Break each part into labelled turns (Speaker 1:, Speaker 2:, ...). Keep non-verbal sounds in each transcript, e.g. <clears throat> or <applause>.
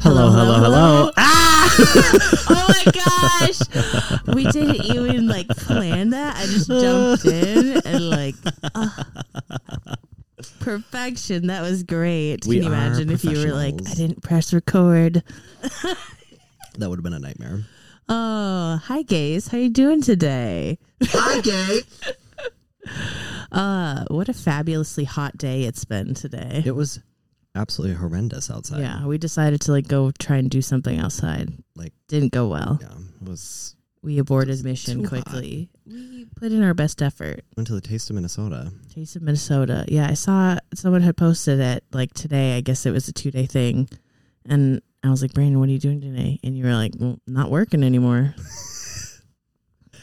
Speaker 1: hello,
Speaker 2: <laughs>
Speaker 1: hello, hello.
Speaker 2: Ah! oh my gosh. We didn't even like plan that. I just jumped in and like ah. perfection. That was great. Can
Speaker 1: We
Speaker 2: you imagine
Speaker 1: are
Speaker 2: if you were like, I
Speaker 1: professionals.
Speaker 2: didn't press record?
Speaker 1: That would have been a nightmare.
Speaker 2: Oh, hi gays. How you doing today?
Speaker 1: Hi, gay.
Speaker 2: Uh, what a fabulously hot day it's been today.
Speaker 1: It was absolutely horrendous outside.
Speaker 2: Yeah, we decided to like go try and do something outside.
Speaker 1: Like-
Speaker 2: didn't go well.
Speaker 1: Yeah, it was
Speaker 2: We aborted mission
Speaker 1: too
Speaker 2: quickly. We put in our best effort.
Speaker 1: went to the Taste of Minnesota.
Speaker 2: Taste of Minnesota. Yeah, I saw someone had posted it like today. I guess it was a two day thing, and I was like, Brandon, what are you doing today? And you were like, well, not working anymore.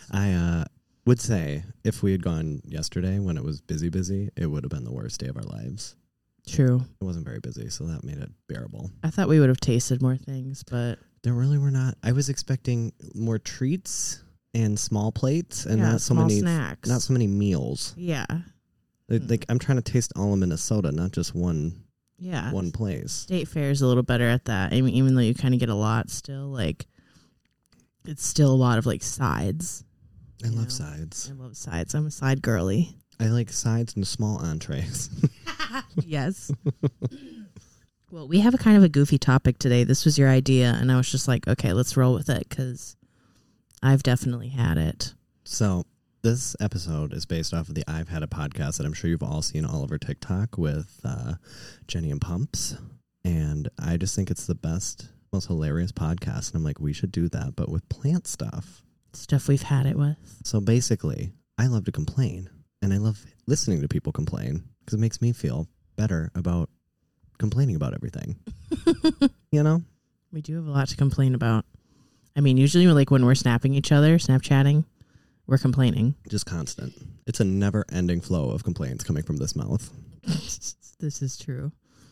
Speaker 1: I uh, would say if we had gone yesterday when it was busy, busy, it would have been the worst day of our lives.
Speaker 2: True.
Speaker 1: It wasn't very busy, so that made it bearable.
Speaker 2: I thought we would have tasted more things, but
Speaker 1: There really were not. I was expecting more treats and small plates, and
Speaker 2: yeah,
Speaker 1: not so
Speaker 2: small
Speaker 1: many,
Speaker 2: snacks.
Speaker 1: not so many meals.
Speaker 2: yeah,
Speaker 1: Like-
Speaker 2: Mm.
Speaker 1: Like I'm trying to taste all of Minnesota, not just one
Speaker 2: yeah.
Speaker 1: one place.
Speaker 2: State fair is a little better at that. I mean, even though you kind of get a lot still, like it's still a lot of like sides.
Speaker 1: I
Speaker 2: you
Speaker 1: love
Speaker 2: know.
Speaker 1: sides.
Speaker 2: I love sides. I'm a side girly.
Speaker 1: I like sides and small entrees. <laughs>
Speaker 2: <laughs> yes. well, we have a kind of a goofy topic today. This was your idea, and I was just like, okay, let's roll with it because I've definitely had it.
Speaker 1: so this episode is based off of the I've had a podcast that I'm sure you've all seen all over TikTok with uh, Jenny and Pumps, and I just think it's the best, most hilarious podcast. And I'm like, we should do that, but with plant stuff.
Speaker 2: Stuff we've had it with. <laughs>
Speaker 1: So basically, I love to complain and I love listening to people complain because it makes me feel better about complaining about everything. you know?
Speaker 2: We do have a lot to complain about. I mean, usually, like when we're snapping each other, Snapchatting, we're complaining. <laughs>
Speaker 1: Just constant. It's a never ending flow of complaints coming from this mouth.
Speaker 2: this is true.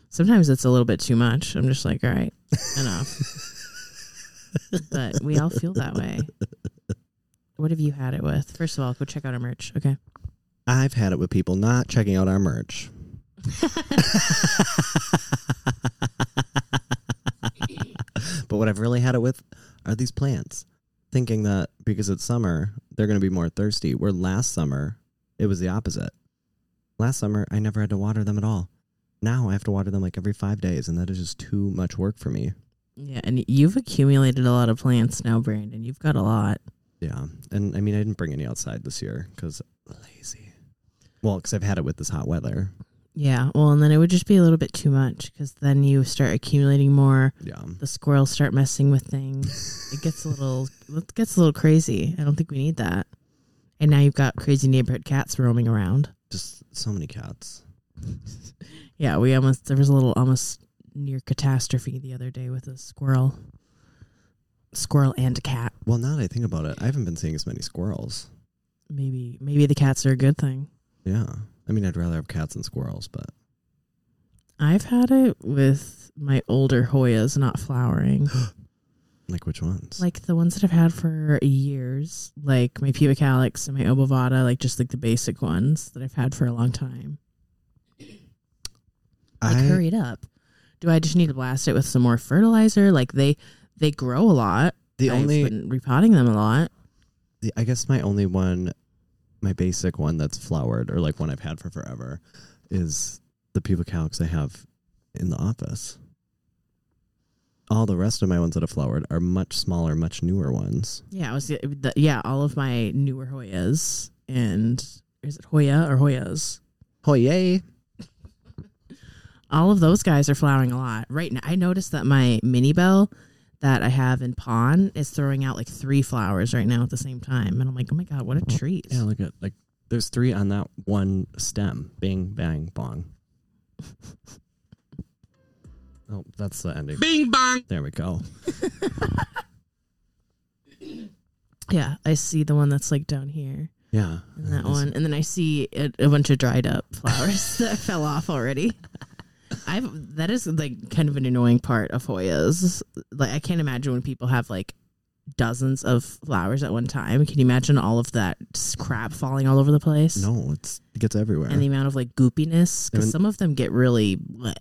Speaker 2: Sometimes it's a little bit too much. I'm just like, all right, enough. but
Speaker 1: <laughs>
Speaker 2: we all feel that way. What have you had it with? First of all, go check out our merch. Okay.
Speaker 1: I've had it with people not checking out our merch. <laughs> <laughs> but what I've really had it with are these plants. Thinking that because it's summer, they're going to be more thirsty. Where last summer, it was the opposite. Last summer, I never had to water them at all. Now I have to water them like every five days, and that is just too much work for me.
Speaker 2: Yeah, and you've accumulated a lot of plants now, Brandon. You've got a lot.
Speaker 1: Yeah. And I mean, I didn't bring any outside this year because lazy. Well, because I've had it with this hot weather.
Speaker 2: Yeah. Well, and then it would just be a little bit too much because then you start accumulating more.
Speaker 1: Yeah.
Speaker 2: The squirrels start messing with things. it gets a little, it gets a little crazy. I don't think we need that. And now you've got crazy neighborhood cats roaming around. <laughs>
Speaker 1: Just so many cats.
Speaker 2: Yeah, we almost there was a little almost near catastrophe the other day with a squirrel, squirrel and a cat.
Speaker 1: Well, now that I think about it, I haven't been seeing as many squirrels.
Speaker 2: Maybe maybe the cats are a good thing.
Speaker 1: Yeah. I mean, I'd rather have cats than squirrels, but
Speaker 2: I've had it with my older Hoyas not flowering,
Speaker 1: like which ones?
Speaker 2: like the ones that I've had for years, like my pubic calyx and my obovata, like just like the basic ones that I've had for a long time. Like
Speaker 1: I,
Speaker 2: hurried up. Do I just need to blast it with some more fertilizer? Like they they grow a lot.
Speaker 1: the
Speaker 2: I've
Speaker 1: only,
Speaker 2: been repotting them a lot.
Speaker 1: the, I guess my only one, my basic one that's flowered or like one I've had for forever is the pubic calyx I have in the office. All the rest of my ones that have flowered are much smaller, much newer ones.
Speaker 2: Yeah, it was the, the, yeah, all of my newer Hoyas and is it Hoya or Hoyas?
Speaker 1: Oh, yay.
Speaker 2: All of those guys are flowering a lot right now. I noticed that my mini bell that I have in pawn is throwing out like three flowers right now at the same time, and I'm like, oh my god, what a treat!
Speaker 1: Yeah, look at like there's three on that one stem. Bing, bang, bong. <laughs> oh, that's the ending.
Speaker 2: Bing bong.
Speaker 1: There we go.
Speaker 2: Yeah, I see the one that's like down here,
Speaker 1: Yeah,
Speaker 2: and that
Speaker 1: There's-
Speaker 2: one, and then I see a, a bunch of dried up <laughs> flowers that fell off already. I've that is like kind of an annoying part of Hoyas. Like I can't imagine when people have like dozens of flowers at one time. Can you imagine all of that s- crap falling all over the place?
Speaker 1: No, it's it gets everywhere.
Speaker 2: And the amount of like goopiness
Speaker 1: And-
Speaker 2: because some of them get really. bleh.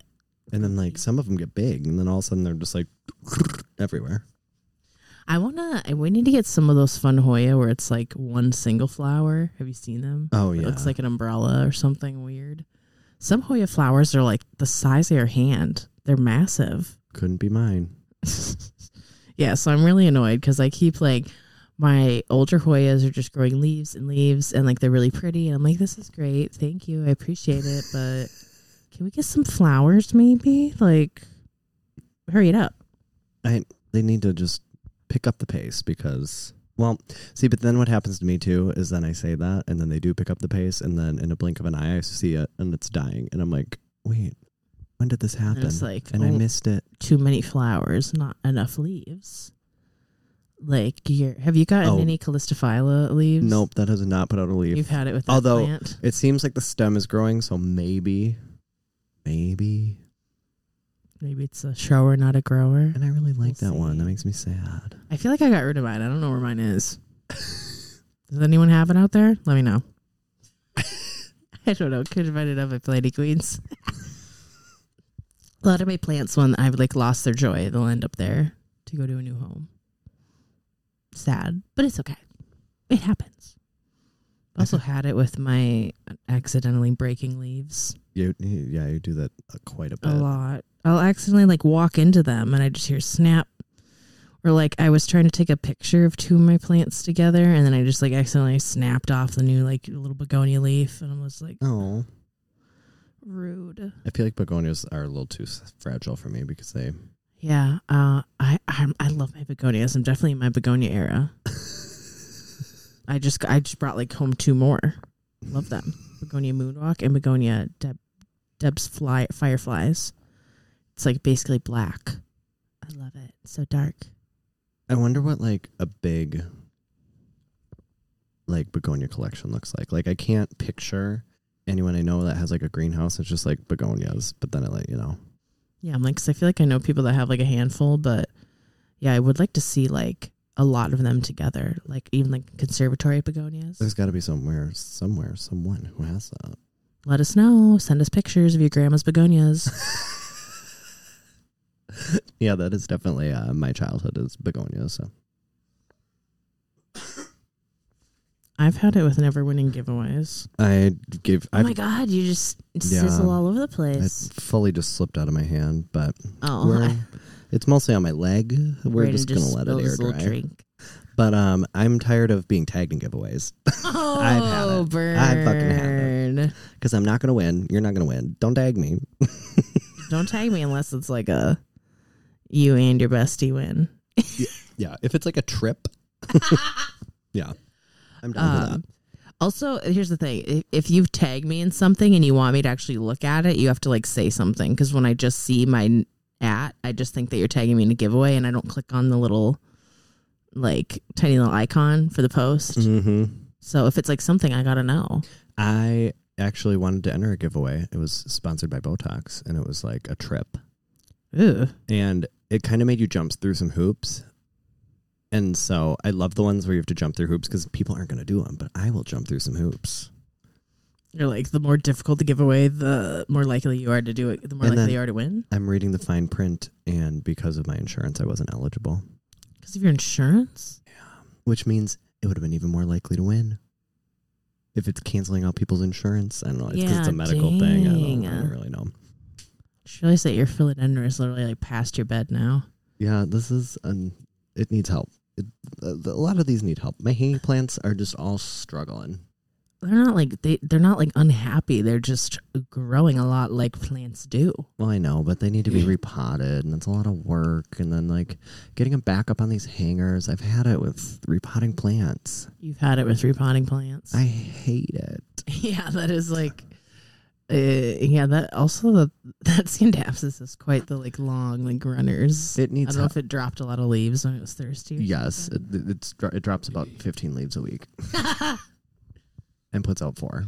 Speaker 1: And then like some of them get big, and then all of a sudden they're just like <laughs> everywhere.
Speaker 2: I wanna. I- We need to get some of those fun Hoya where it's like one single flower. Have you seen them?
Speaker 1: Oh
Speaker 2: It
Speaker 1: yeah,
Speaker 2: looks like an umbrella or something weird. Some Hoya flowers are like the size of your hand. They're massive.
Speaker 1: couldn't be mine.
Speaker 2: <laughs> yeah, so I'm really annoyed because I keep like my older Hoyas are just growing leaves and leaves and like they're really pretty. And I'm like, this is great. Thank you. I appreciate it. But can we get some flowers maybe? Like, hurry it up.
Speaker 1: They need to just pick up the pace because well, see, but then what happens to me too is then I say that, and then they do pick up the pace, and then in a blink of an eye, I see it and it's dying, and I'm like, wait, when did this happen?
Speaker 2: And it's like,
Speaker 1: and I
Speaker 2: oh,
Speaker 1: missed it.
Speaker 2: too many flowers, not enough leaves. Like, you're, have you gotten
Speaker 1: Oh.
Speaker 2: any Callistophylla leaves?
Speaker 1: Nope, that has not put out a leaf.
Speaker 2: You've had it with that
Speaker 1: Although-
Speaker 2: plant.
Speaker 1: It seems like the stem is growing, so maybe, maybe.
Speaker 2: Maybe it's a shower, not a grower.
Speaker 1: And I really like
Speaker 2: We'll
Speaker 1: that one. That
Speaker 2: see.
Speaker 1: makes me sad.
Speaker 2: I feel like I got rid of mine. I don't know where mine is. <laughs> Does anyone have it out there? Let me know. <laughs> I don't know. Could have ended up at Lady Queens. <laughs> a lot of my plants, when I've like lost their joy, they'll end up there to go to a new home. Sad, but it's okay. It happens. Also had it with my accidentally breaking leaves
Speaker 1: You, you- yeah, you do that uh, quite a bit.
Speaker 2: a lot. I'll accidentally like walk into them and I just hear snap. Or like I was trying to take a picture of two of my plants together and then I just like accidentally snapped off the new like little begonia leaf and I was like
Speaker 1: Oh,
Speaker 2: rude.
Speaker 1: I feel like begonias are a little too s- fragile for me because they.
Speaker 2: Yeah, uh, I I'm, I love my begonias. I'm definitely in my begonia era. I just I just brought like home two more. Love them. Begonia moonwalk and begonia Deb, Deb's fly fireflies. It's like basically black. I love it. It's so dark.
Speaker 1: I wonder what like a big, like begonia collection looks like. Like I can't picture anyone I know that has like a greenhouse. It's just like begonias, but then it like you know.
Speaker 2: Yeah, I'm like, 'cause I feel like I know people that have like a handful, but yeah, I would like to see like a lot of them together, like even like conservatory begonias.
Speaker 1: There's got to be somewhere, somewhere, someone who has that. <laughs>
Speaker 2: Let us know. Send us pictures of your grandma's begonias.
Speaker 1: yeah, that is definitely uh, my childhood is begonias. So
Speaker 2: I've had it with never winning giveaways.
Speaker 1: I give.
Speaker 2: oh my god, you just sizzle
Speaker 1: Yeah.
Speaker 2: all over the
Speaker 1: It
Speaker 2: place.
Speaker 1: fully just slipped out of my hand, but
Speaker 2: oh,
Speaker 1: we're-
Speaker 2: I-
Speaker 1: it's mostly on my leg. We're
Speaker 2: Brayden
Speaker 1: just gonna let it
Speaker 2: spilled
Speaker 1: air
Speaker 2: his little
Speaker 1: dry.
Speaker 2: Drink.
Speaker 1: But um, I'm tired of being tagged in giveaways
Speaker 2: Oh,
Speaker 1: <laughs> I've had it.
Speaker 2: burn!
Speaker 1: I fucking had because I'm not gonna win. You're not gonna win. Don't tag me.
Speaker 2: Don't tag me unless it's like a you and your bestie
Speaker 1: <laughs>
Speaker 2: win. <laughs>
Speaker 1: Yeah, if it's like a trip, yeah, I'm down for
Speaker 2: Um, also, here's the thing: if, if you tag me in something and you want me to actually look at it, you have to like say something. Because when I just see my n- at, I just think that you're tagging me in a giveaway, and I don't click on the little like tiny little icon for the post.
Speaker 1: that. hmm
Speaker 2: So if it's like something, I gotta know.
Speaker 1: I actually wanted to enter a giveaway. It was sponsored by Botox, and it was like a trip,
Speaker 2: Ooh,
Speaker 1: and it kind of made you jump through some hoops. And so I love the ones where you have to jump through hoops because people aren't going to do them, but I will jump through some hoops.
Speaker 2: you're like the more difficult the giveaway, the more likely you are to do it. The more
Speaker 1: And
Speaker 2: likely
Speaker 1: then-
Speaker 2: you are to win.
Speaker 1: I'm reading the fine print, and because of my insurance, I wasn't eligible,
Speaker 2: Because of your insurance.
Speaker 1: which means it would have been even more likely to win. If it's canceling out people's insurance, I don't know. It's because it's
Speaker 2: Yeah,
Speaker 1: a medical thing. I don't,
Speaker 2: dang.
Speaker 1: I don't really know.
Speaker 2: Should I say your philodendron is literally like past your bed now?
Speaker 1: Yeah, this is um, it needs help. It, a, a lot of these need help. My hanging plants are just all struggling.
Speaker 2: They're not like they they're not like unhappy. They're just growing a lot like plants do.
Speaker 1: Well, I know, but they need to be repotted, and it's a lot of work. And then like getting them back up on these hangers. I've had it with repotting plants.
Speaker 2: You've had it with repotting plants.
Speaker 1: I hate it.
Speaker 2: <laughs> yeah, that is like, uh, yeah, that also the that scandapsis is quite the like long like runners.
Speaker 1: It
Speaker 2: I
Speaker 1: needs
Speaker 2: don't
Speaker 1: help.
Speaker 2: know if it dropped a lot of leaves when it was thirsty. or
Speaker 1: Yes, it,
Speaker 2: something.
Speaker 1: it's dro- it drops about 15 leaves a week
Speaker 2: <laughs>
Speaker 1: and puts out four.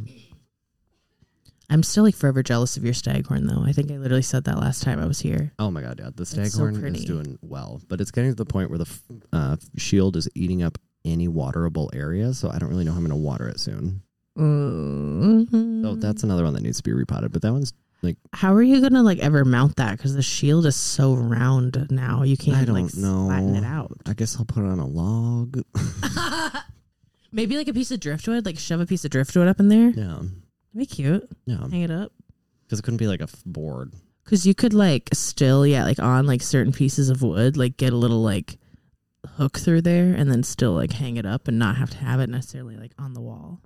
Speaker 2: I'm still like forever jealous of your staghorn though. I think I literally said that last time I was here.
Speaker 1: Oh my god, yeah, the
Speaker 2: so
Speaker 1: staghorn is
Speaker 2: pretty.
Speaker 1: doing well, but it's getting to the point where the f- uh, shield is eating up any waterable area, so I don't really know how I'm going to water it soon. So
Speaker 2: Mm-hmm.
Speaker 1: Oh, that's another one that needs to be repotted, but that one's Like-
Speaker 2: how are you gonna like ever mount that? Because the shield is so round now, you can't
Speaker 1: I don't
Speaker 2: like
Speaker 1: know.
Speaker 2: flatten it out.
Speaker 1: I guess I'll put it on
Speaker 2: <laughs>
Speaker 1: a log.
Speaker 2: Maybe like a piece of driftwood, like shove a piece of driftwood up in there.
Speaker 1: yeah.
Speaker 2: That'd be cute.
Speaker 1: Yeah.
Speaker 2: Hang it up.
Speaker 1: Because it couldn't be like a f- board.
Speaker 2: Because you could like still, yeah, like on like certain pieces of wood, like get a little like hook through there and then still like hang it up and not have to have it necessarily like on the wall.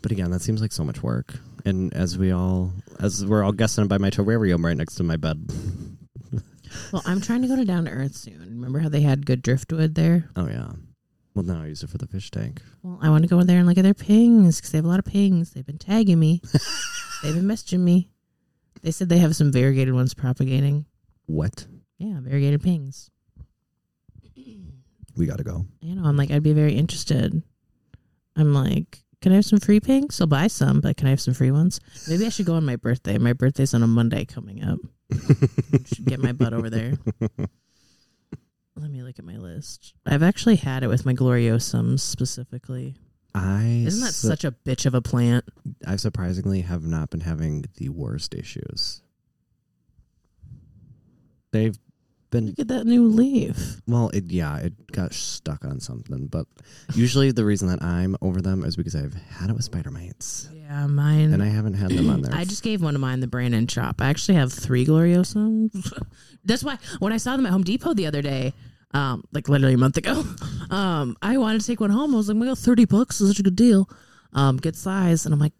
Speaker 1: But again, that seems like so much work. And as we all, as we're all guessing by my terrarium right next to my bed.
Speaker 2: Well, I'm trying to go to Down to Earth soon. Remember how they had good driftwood there?
Speaker 1: Oh, yeah. Well, now I use it for the fish tank.
Speaker 2: Well, I want to go in there and look at their pings because they have a lot of pings. They've been tagging me, they've been messaging me. They said they have some variegated ones propagating.
Speaker 1: What?
Speaker 2: Yeah, variegated pings.
Speaker 1: We got to go. <laughs>
Speaker 2: you know, I'm like, I'd be very interested. I'm like, can I have some free pinks? I'll buy some, but can I have some free ones? Maybe I should go on my birthday. My birthday's on a Monday coming up. should get my butt over <laughs> there. Let me look at my list. I've actually had it with my gloriosums specifically.
Speaker 1: I
Speaker 2: Isn't that
Speaker 1: su-
Speaker 2: such a bitch of a plant?
Speaker 1: I surprisingly have not been having the worst issues. They've been
Speaker 2: Look at that new leaf.
Speaker 1: well, it yeah, it got stuck on something, but usually the reason that I'm over them is because I've had it with spider mites.
Speaker 2: Yeah, mine.
Speaker 1: And I haven't had
Speaker 2: <clears throat>
Speaker 1: them on there.
Speaker 2: I just gave one of mine the Brandon chop. I actually have three Gloriosums. <laughs> That's why when I saw them at Home Depot the other day, um, like literally a month ago, <laughs> um, I wanted to take one home. I was like, "We got thirty bucks. Is such a good deal. Um, good size." And I'm like,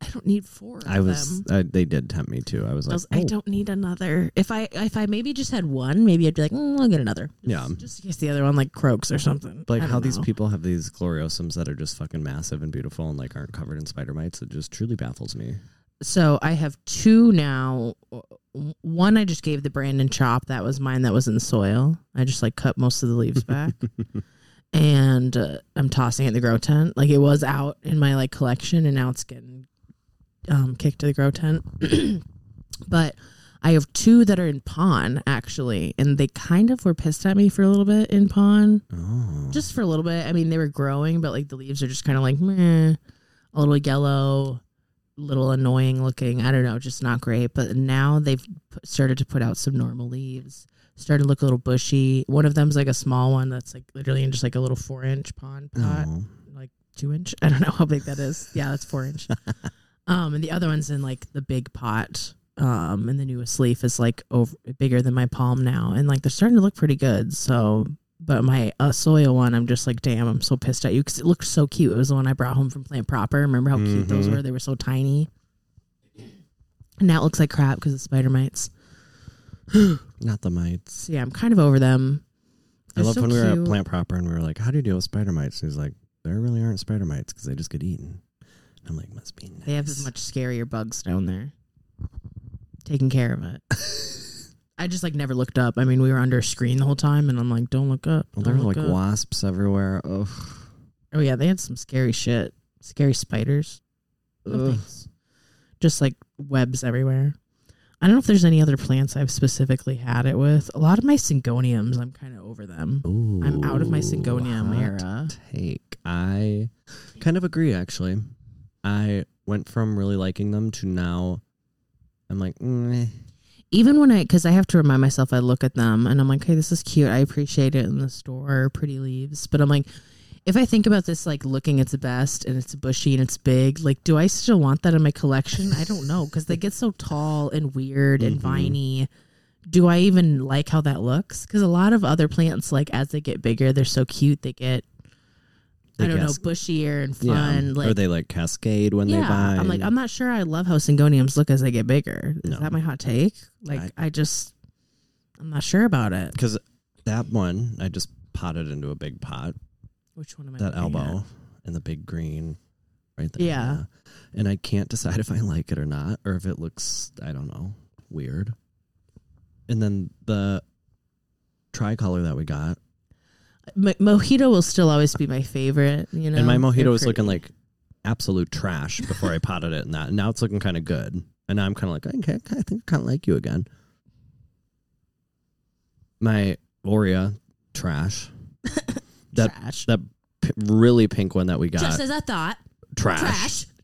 Speaker 2: "I don't need four of
Speaker 1: I was
Speaker 2: them."
Speaker 1: I, they did tempt me too. I was
Speaker 2: I,
Speaker 1: like,
Speaker 2: was, I
Speaker 1: "Oh,
Speaker 2: don't need another. If I if I maybe just had one, maybe I'd be like, mm, "I'll get another."
Speaker 1: Yeah.
Speaker 2: just in case the other one like croaks or something.
Speaker 1: Like
Speaker 2: I don't
Speaker 1: how these
Speaker 2: know.
Speaker 1: people have these gloriosums that are just fucking massive and beautiful and like aren't covered in spider mites. It just truly baffles me.
Speaker 2: so I have two now. W- One I just gave the Brandon chop. That was mine. That was in the soil. I just like cut most of the leaves back, and uh, I'm tossing it in the grow tent. Like it was out in my like collection, and now it's getting um, kicked to the grow tent. <clears throat> but I have two that are in pawn actually, and they kind of were pissed at me for a little bit in pawn
Speaker 1: Oh,
Speaker 2: just for a little bit. I mean, they were growing, but like the leaves are just kind of like meh, a little yellow, little annoying looking. I don't know, just not great. But now they've put- started to put out some normal leaves. Started to look a little bushy. One of them's like a small one that's like literally in just like a little four inch pond pot,
Speaker 1: no.
Speaker 2: like two inch. <laughs> I don't know how big that is. Yeah, that's four
Speaker 1: <laughs>
Speaker 2: inch. um, and the other one's in like the big pot. Um, and the newest leaf is like over bigger than my palm now, and like they're starting to look pretty good. So, but my uh, soil one, I'm just like, damn, I'm so pissed at you because it looked so cute. It was the one I brought home from Plant Proper. Remember how cute those
Speaker 1: Mhm.
Speaker 2: were? They were so tiny. And now it looks like crap because of spider mites.
Speaker 1: not the mites.
Speaker 2: So yeah, I'm kind of over them.
Speaker 1: I
Speaker 2: They're
Speaker 1: love
Speaker 2: so
Speaker 1: when we were at
Speaker 2: cute.
Speaker 1: Plant Proper and we were like, "How do you deal with spider mites?" And he's like, "There really aren't spider mites because they just get eaten." And I'm like, "Must be nice."
Speaker 2: They have
Speaker 1: <laughs>
Speaker 2: much scarier bugs down there. Taking care of it. I just like never looked up. I mean, we were under a screen the whole time, and I'm like, don't look up.
Speaker 1: Well,
Speaker 2: don't
Speaker 1: there are
Speaker 2: look
Speaker 1: like
Speaker 2: up.
Speaker 1: wasps everywhere. Ugh.
Speaker 2: Oh yeah, they had some scary shit. Scary spiders. No
Speaker 1: Ugh.
Speaker 2: thanks. Just like webs everywhere. I don't know if there's any other plants I've specifically had it with. A lot of my syngoniums, I'm kind of over them.
Speaker 1: Ooh,
Speaker 2: I'm out of my syngonium
Speaker 1: hot
Speaker 2: era.
Speaker 1: Take. I kind of agree. Actually, I went from really liking them to now, I'm like, "Meh."
Speaker 2: Even when I, because I have to remind myself, I look at them and I'm like, hey, this is cute. I appreciate it in the store, pretty leaves. But I'm like, if I think about this, like looking its best and it's bushy and it's big, like, do I still want that in my collection? I don't know because they get so tall and weird and
Speaker 1: Mhm.
Speaker 2: viney. Do I even like how that looks? Because a lot of other plants, like as they get bigger, they're so cute. They get,
Speaker 1: They
Speaker 2: I don't
Speaker 1: cas-
Speaker 2: know, bushier and
Speaker 1: yeah.
Speaker 2: fun. Like,
Speaker 1: or they like cascade when
Speaker 2: yeah,
Speaker 1: they buy.
Speaker 2: I'm like, I'm not sure. I love how syngoniums look as they get bigger. Is
Speaker 1: No.
Speaker 2: that my hot take? Like, I, just, I'm not sure about it.
Speaker 1: because that one I just potted into a big pot.
Speaker 2: Which one am I?
Speaker 1: that
Speaker 2: looking
Speaker 1: elbow
Speaker 2: at?
Speaker 1: and the big green right there.
Speaker 2: Yeah.
Speaker 1: And I can't decide if I like it or not, or if it looks, I don't know, weird. And then the tricolor that we got.
Speaker 2: Mo- mojito will still always be my favorite. You know,
Speaker 1: and my mojito
Speaker 2: They're
Speaker 1: was looking
Speaker 2: pretty.
Speaker 1: like absolute trash before I potted it and that. And now it's looking kind of good. And now I'm kind of like, okay, I think I kind of like you again. My Oria
Speaker 2: <laughs>
Speaker 1: trash. that-
Speaker 2: trash.
Speaker 1: That p- really pink one that we got.
Speaker 2: Just as I thought,
Speaker 1: trash.
Speaker 2: trash. <laughs>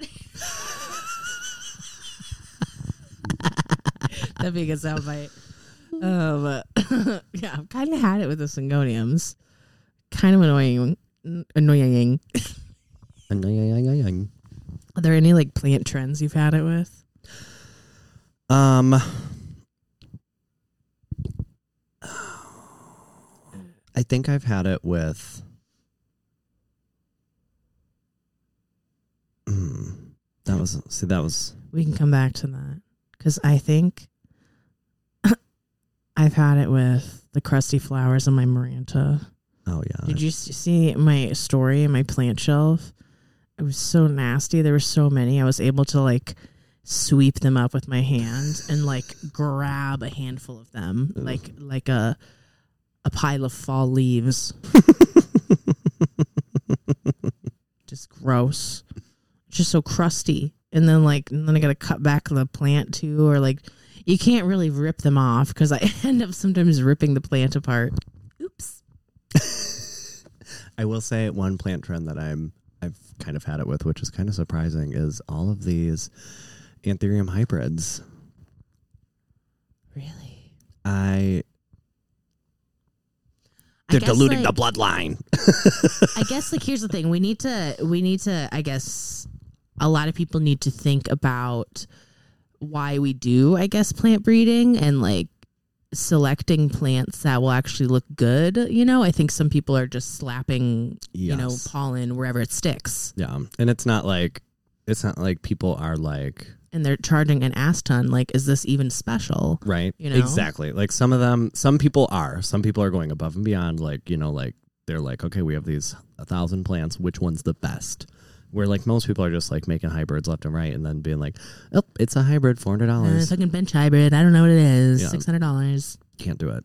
Speaker 2: That'd be a good soundbite. Um, <laughs> yeah, I've kind of had it with the syngoniums. Kind of annoying. Annoying.
Speaker 1: Um,
Speaker 2: Are there any like plant trends you've had it with?
Speaker 1: Um, I think I've had it with. Mm, that was see that was
Speaker 2: We can come back to that because I think <coughs> I've had it with the crusty flowers on my Maranta.
Speaker 1: oh yeah
Speaker 2: Did you s- see my story in my plant shelf? It was so nasty. There were so many. I was able to like sweep them up with my hand and like grab a handful of them,
Speaker 1: Ugh.
Speaker 2: like like a a pile of fall leaves. Just gross. Just so crusty. And then like and then I got to cut back the plant too, or like you can't really rip them off because I <laughs> end up sometimes ripping the plant apart. Oops.
Speaker 1: I will say one plant trend that I'm I've kind of had it with, which is kind of surprising, is all of these anthurium hybrids.
Speaker 2: Really?
Speaker 1: I
Speaker 2: I guess, like,
Speaker 1: bloodline.
Speaker 2: I guess like here's the thing. We need to we need to I guess a lot of people need to think about why we do, I guess, plant breeding and like selecting plants that will actually look good, you know? I think some people are just slapping, you know,
Speaker 1: Yes.
Speaker 2: pollen wherever it sticks
Speaker 1: Yeah, and it's not like it's not like people are like
Speaker 2: and they're charging an ass ton. Like, is this even special?
Speaker 1: right
Speaker 2: You know?
Speaker 1: exactly like some of them some people are some people are going above and beyond like you know like they're like okay we have these a thousand plants which one's the best where like most people are just like making hybrids left and right and then being like oh it's a hybrid four hundred
Speaker 2: Uh,
Speaker 1: dollars
Speaker 2: fucking bench hybrid. I don't know what it is.
Speaker 1: Yeah.
Speaker 2: Six hundred dollars.
Speaker 1: can't do it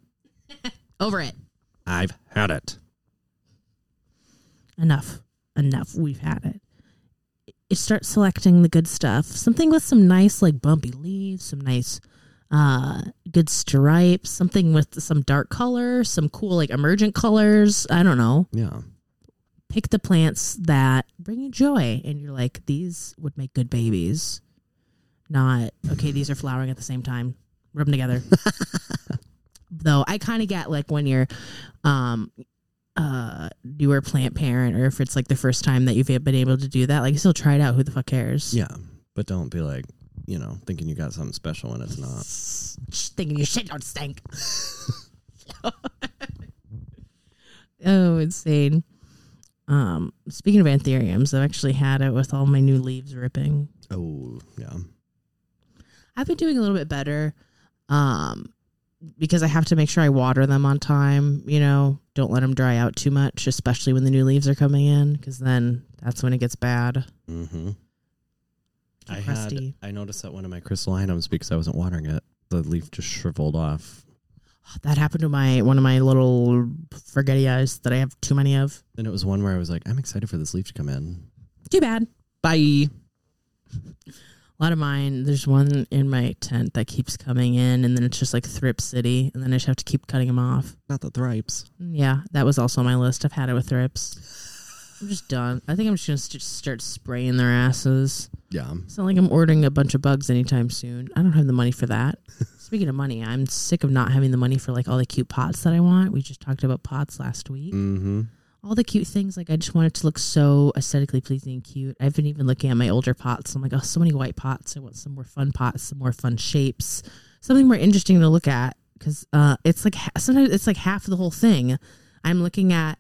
Speaker 2: Over it.
Speaker 1: I've had it
Speaker 2: enough enough we've had it you start selecting the good stuff something with some nice like bumpy leaves some nice uh good stripes something with some dark color some cool like emergent colors i don't know
Speaker 1: yeah
Speaker 2: pick the plants that bring you joy and you're like these would make good babies not okay these are flowering at the same time rub them together though i kind of get like when you're um uh newer plant parent or if it's like the first time that you've been able to do that like still try it out who the fuck cares
Speaker 1: yeah but don't be like you know thinking you got something special when it's not
Speaker 2: thinking your shit don't stink. <laughs> oh, insane. Um, speaking of anthuriums, I've actually had it with all my new leaves ripping.
Speaker 1: oh yeah
Speaker 2: I've been doing a little bit better. Um, because I have to make sure I water them on time, you know, don't let them dry out too much, especially when the new leaves are coming in, because then that's when it gets bad.
Speaker 1: mm-hmm I had
Speaker 2: crusty.
Speaker 1: I noticed that one of my crystallinums because I wasn't watering it the leaf just shriveled off
Speaker 2: That happened to my one of my little forgetty eyes that I have too many of.
Speaker 1: And it was one where I was like, I'm excited for this leaf to come in.
Speaker 2: Too bad.
Speaker 1: Bye.
Speaker 2: A lot of mine, there's one in my tent that keeps coming in, and then it's just like Thrip City, and then I just have to keep cutting them off.
Speaker 1: Not the thripes.
Speaker 2: Yeah, that was also on my list. I've had it with Thrips. I'm just done. I think I'm just going to just start spraying their asses.
Speaker 1: Yeah.
Speaker 2: It's not like I'm ordering a bunch of bugs anytime soon. I don't have the money for that. Speaking of money, I'm sick of not having the money for like all the cute pots that I want. We just talked about pots last week.
Speaker 1: Mm-hmm.
Speaker 2: all the cute things. Like I just wanted to look so aesthetically pleasing and cute. I've been even looking at my older pots. I'm like, oh, so many white pots. I want some more fun pots, some more fun shapes, something more interesting to look at. Because uh, it's like ha- sometimes it's like half the whole thing. I'm looking at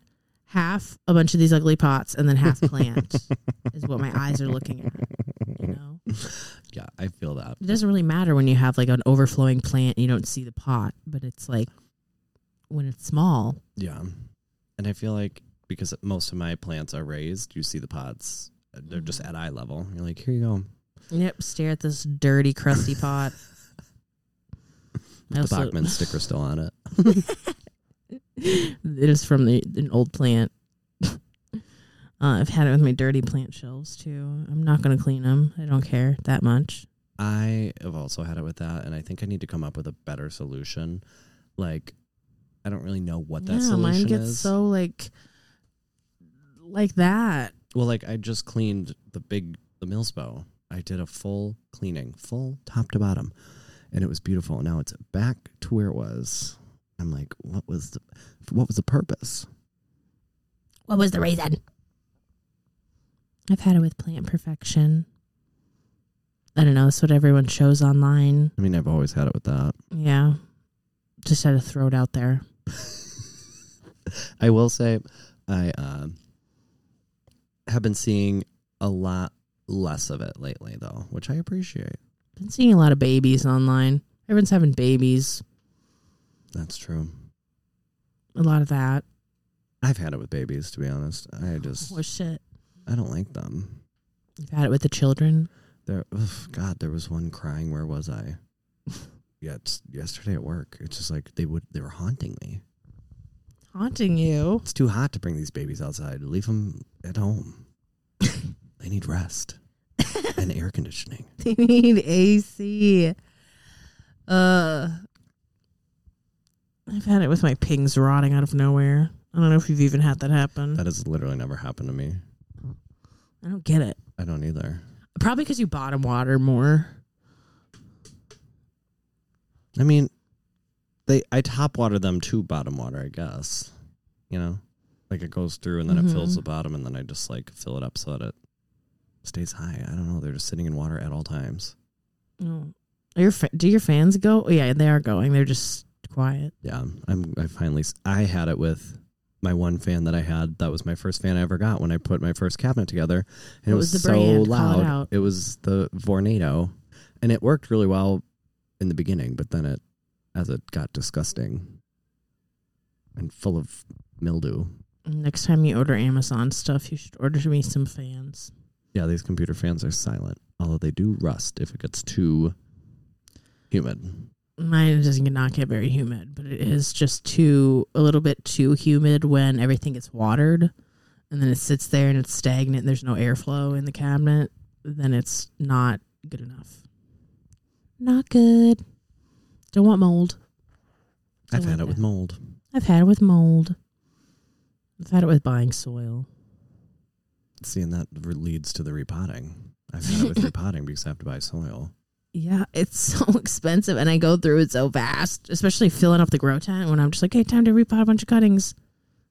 Speaker 2: half a bunch of these ugly pots and then
Speaker 1: <laughs>
Speaker 2: half plant is what my eyes are looking at. You know,
Speaker 1: Yeah, I feel that.
Speaker 2: it doesn't really matter when you have like an overflowing plant and you don't see the pot, but it's like when it's small.
Speaker 1: Yeah. And I feel like because most of my plants are raised, you see the pods. They're just
Speaker 2: Mm-hmm.
Speaker 1: at eye level. You're like, here you go.
Speaker 2: Yep, stare at this dirty, crusty pot. I
Speaker 1: The
Speaker 2: also- <laughs>
Speaker 1: Bachman sticker still on it.
Speaker 2: it is from the, an old plant. <laughs> uh, I've had it with my dirty plant shelves too. I'm not going to clean them. I don't care that much.
Speaker 1: I have also had it with that, and I think I need to come up with a better solution. Like, I don't really know what that
Speaker 2: yeah,
Speaker 1: solution
Speaker 2: mine gets
Speaker 1: is.
Speaker 2: so like like that.
Speaker 1: well, like I just cleaned the big the millsbow. I did a full cleaning, full top to bottom, and it was beautiful. Now it's back to where it was. I'm like, what was the, what was the purpose?
Speaker 2: What was the reason? I've had it with plant perfection. I don't know. That's what everyone shows online.
Speaker 1: I mean, I've always had it with that. <laughs>
Speaker 2: Yeah. Just had to throw it out there.
Speaker 1: I will say, I uh, have been seeing a lot less of it lately, though, which I appreciate.
Speaker 2: Been seeing a lot of babies online. Everyone's having babies.
Speaker 1: That's true.
Speaker 2: A lot of that.
Speaker 1: I've had it with babies, to be honest. I just,
Speaker 2: Oh, shit.
Speaker 1: I don't like them.
Speaker 2: You've had it with the children.
Speaker 1: There, ugh, God, there was one crying. Where was I? <laughs> yeah, it's yesterday at work. It's just like they would, they were haunting me.
Speaker 2: Haunting you. <laughs>
Speaker 1: It's too hot to bring these babies outside. Leave them at home. they need rest and air conditioning.
Speaker 2: They need AC. Uh, I've had it with my pings rotting out of nowhere. I don't know if you've even had that happen.
Speaker 1: That has literally never happened to me.
Speaker 2: I don't get it.
Speaker 1: I don't either.
Speaker 2: Probably because you bottom water more.
Speaker 1: I mean, they I top water them to bottom water, I guess. You know, like it goes through and then it fills
Speaker 2: Mhm.
Speaker 1: the bottom, and then I just like fill it up so that it stays high. I don't know. They're just sitting in water at all times.
Speaker 2: Oh. Are your fa- do your fans go? Oh, yeah, they are going. They're just quiet.
Speaker 1: Yeah, I'm. I finally. s- I had it with my one fan that I had. That was my first fan I ever got when I put my first cabinet together, and it
Speaker 2: What
Speaker 1: was,
Speaker 2: was the
Speaker 1: so
Speaker 2: brand? Call it
Speaker 1: loud.
Speaker 2: out.
Speaker 1: it was the Vornado, and it worked really well in the beginning, but then it, as it got disgusting and full of mildew.
Speaker 2: Next time you order Amazon stuff, you should order me some fans.
Speaker 1: Yeah, these computer fans are silent, although they do rust if it gets too humid.
Speaker 2: Mine doesn't not get very humid, but it is just too a little bit too humid when everything gets watered, and then it sits there and it's stagnant. and There's no airflow in the cabinet. Then it's not good enough. Not good. Don't want mold.
Speaker 1: I've
Speaker 2: like
Speaker 1: had it with
Speaker 2: that.
Speaker 1: mold.
Speaker 2: I've had it with mold. I've had it with buying soil.
Speaker 1: See, and that re- leads to the repotting. I've had it
Speaker 2: <laughs>
Speaker 1: with repotting because I have to buy soil.
Speaker 2: Yeah, it's <laughs> so expensive, and I go through it so fast, especially filling up the grow tent when I'm just like, hey, time to repot a bunch of cuttings.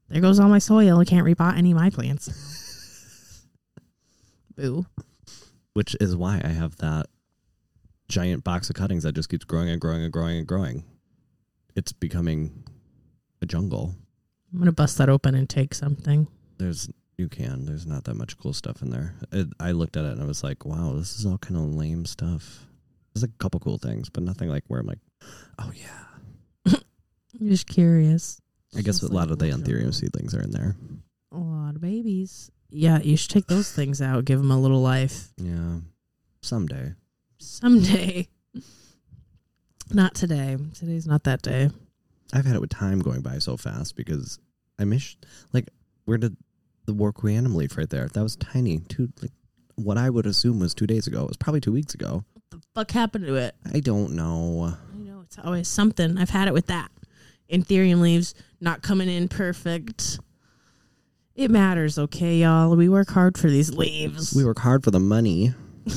Speaker 2: There goes all my soil. I can't repot any of my
Speaker 1: <laughs>
Speaker 2: plants. Boo.
Speaker 1: which is why I have that giant box of cuttings that just keeps growing and growing and growing and growing. It's becoming a jungle.
Speaker 2: I'm going to bust that open and take something.
Speaker 1: There's you can. There's not that much cool stuff in there. It, I looked at it and I was like, wow, this is all kind of lame stuff. There's a couple cool things, but nothing like where I'm like, oh yeah.
Speaker 2: I'm just curious.
Speaker 1: I guess
Speaker 2: Just
Speaker 1: a lot
Speaker 2: like
Speaker 1: of the
Speaker 2: a jungle.
Speaker 1: anthurium seedlings are in there.
Speaker 2: A lot of babies. Yeah, you should take those things out, give them a little life
Speaker 1: Yeah, someday.
Speaker 2: someday. <laughs> Not today. Today's not that day.
Speaker 1: I've had it with time going by so fast because I miss like where did the Warqui Animal leaf right there? That was tiny. Two like what I would assume was two days ago. It was probably two weeks ago.
Speaker 2: What the fuck happened to it?
Speaker 1: I don't know.
Speaker 2: I know it's always something. I've had it with that. Anthurium leaves not coming in perfect. It matters, okay, y'all. We work hard for these leaves.
Speaker 1: We work hard for the money.
Speaker 2: <laughs>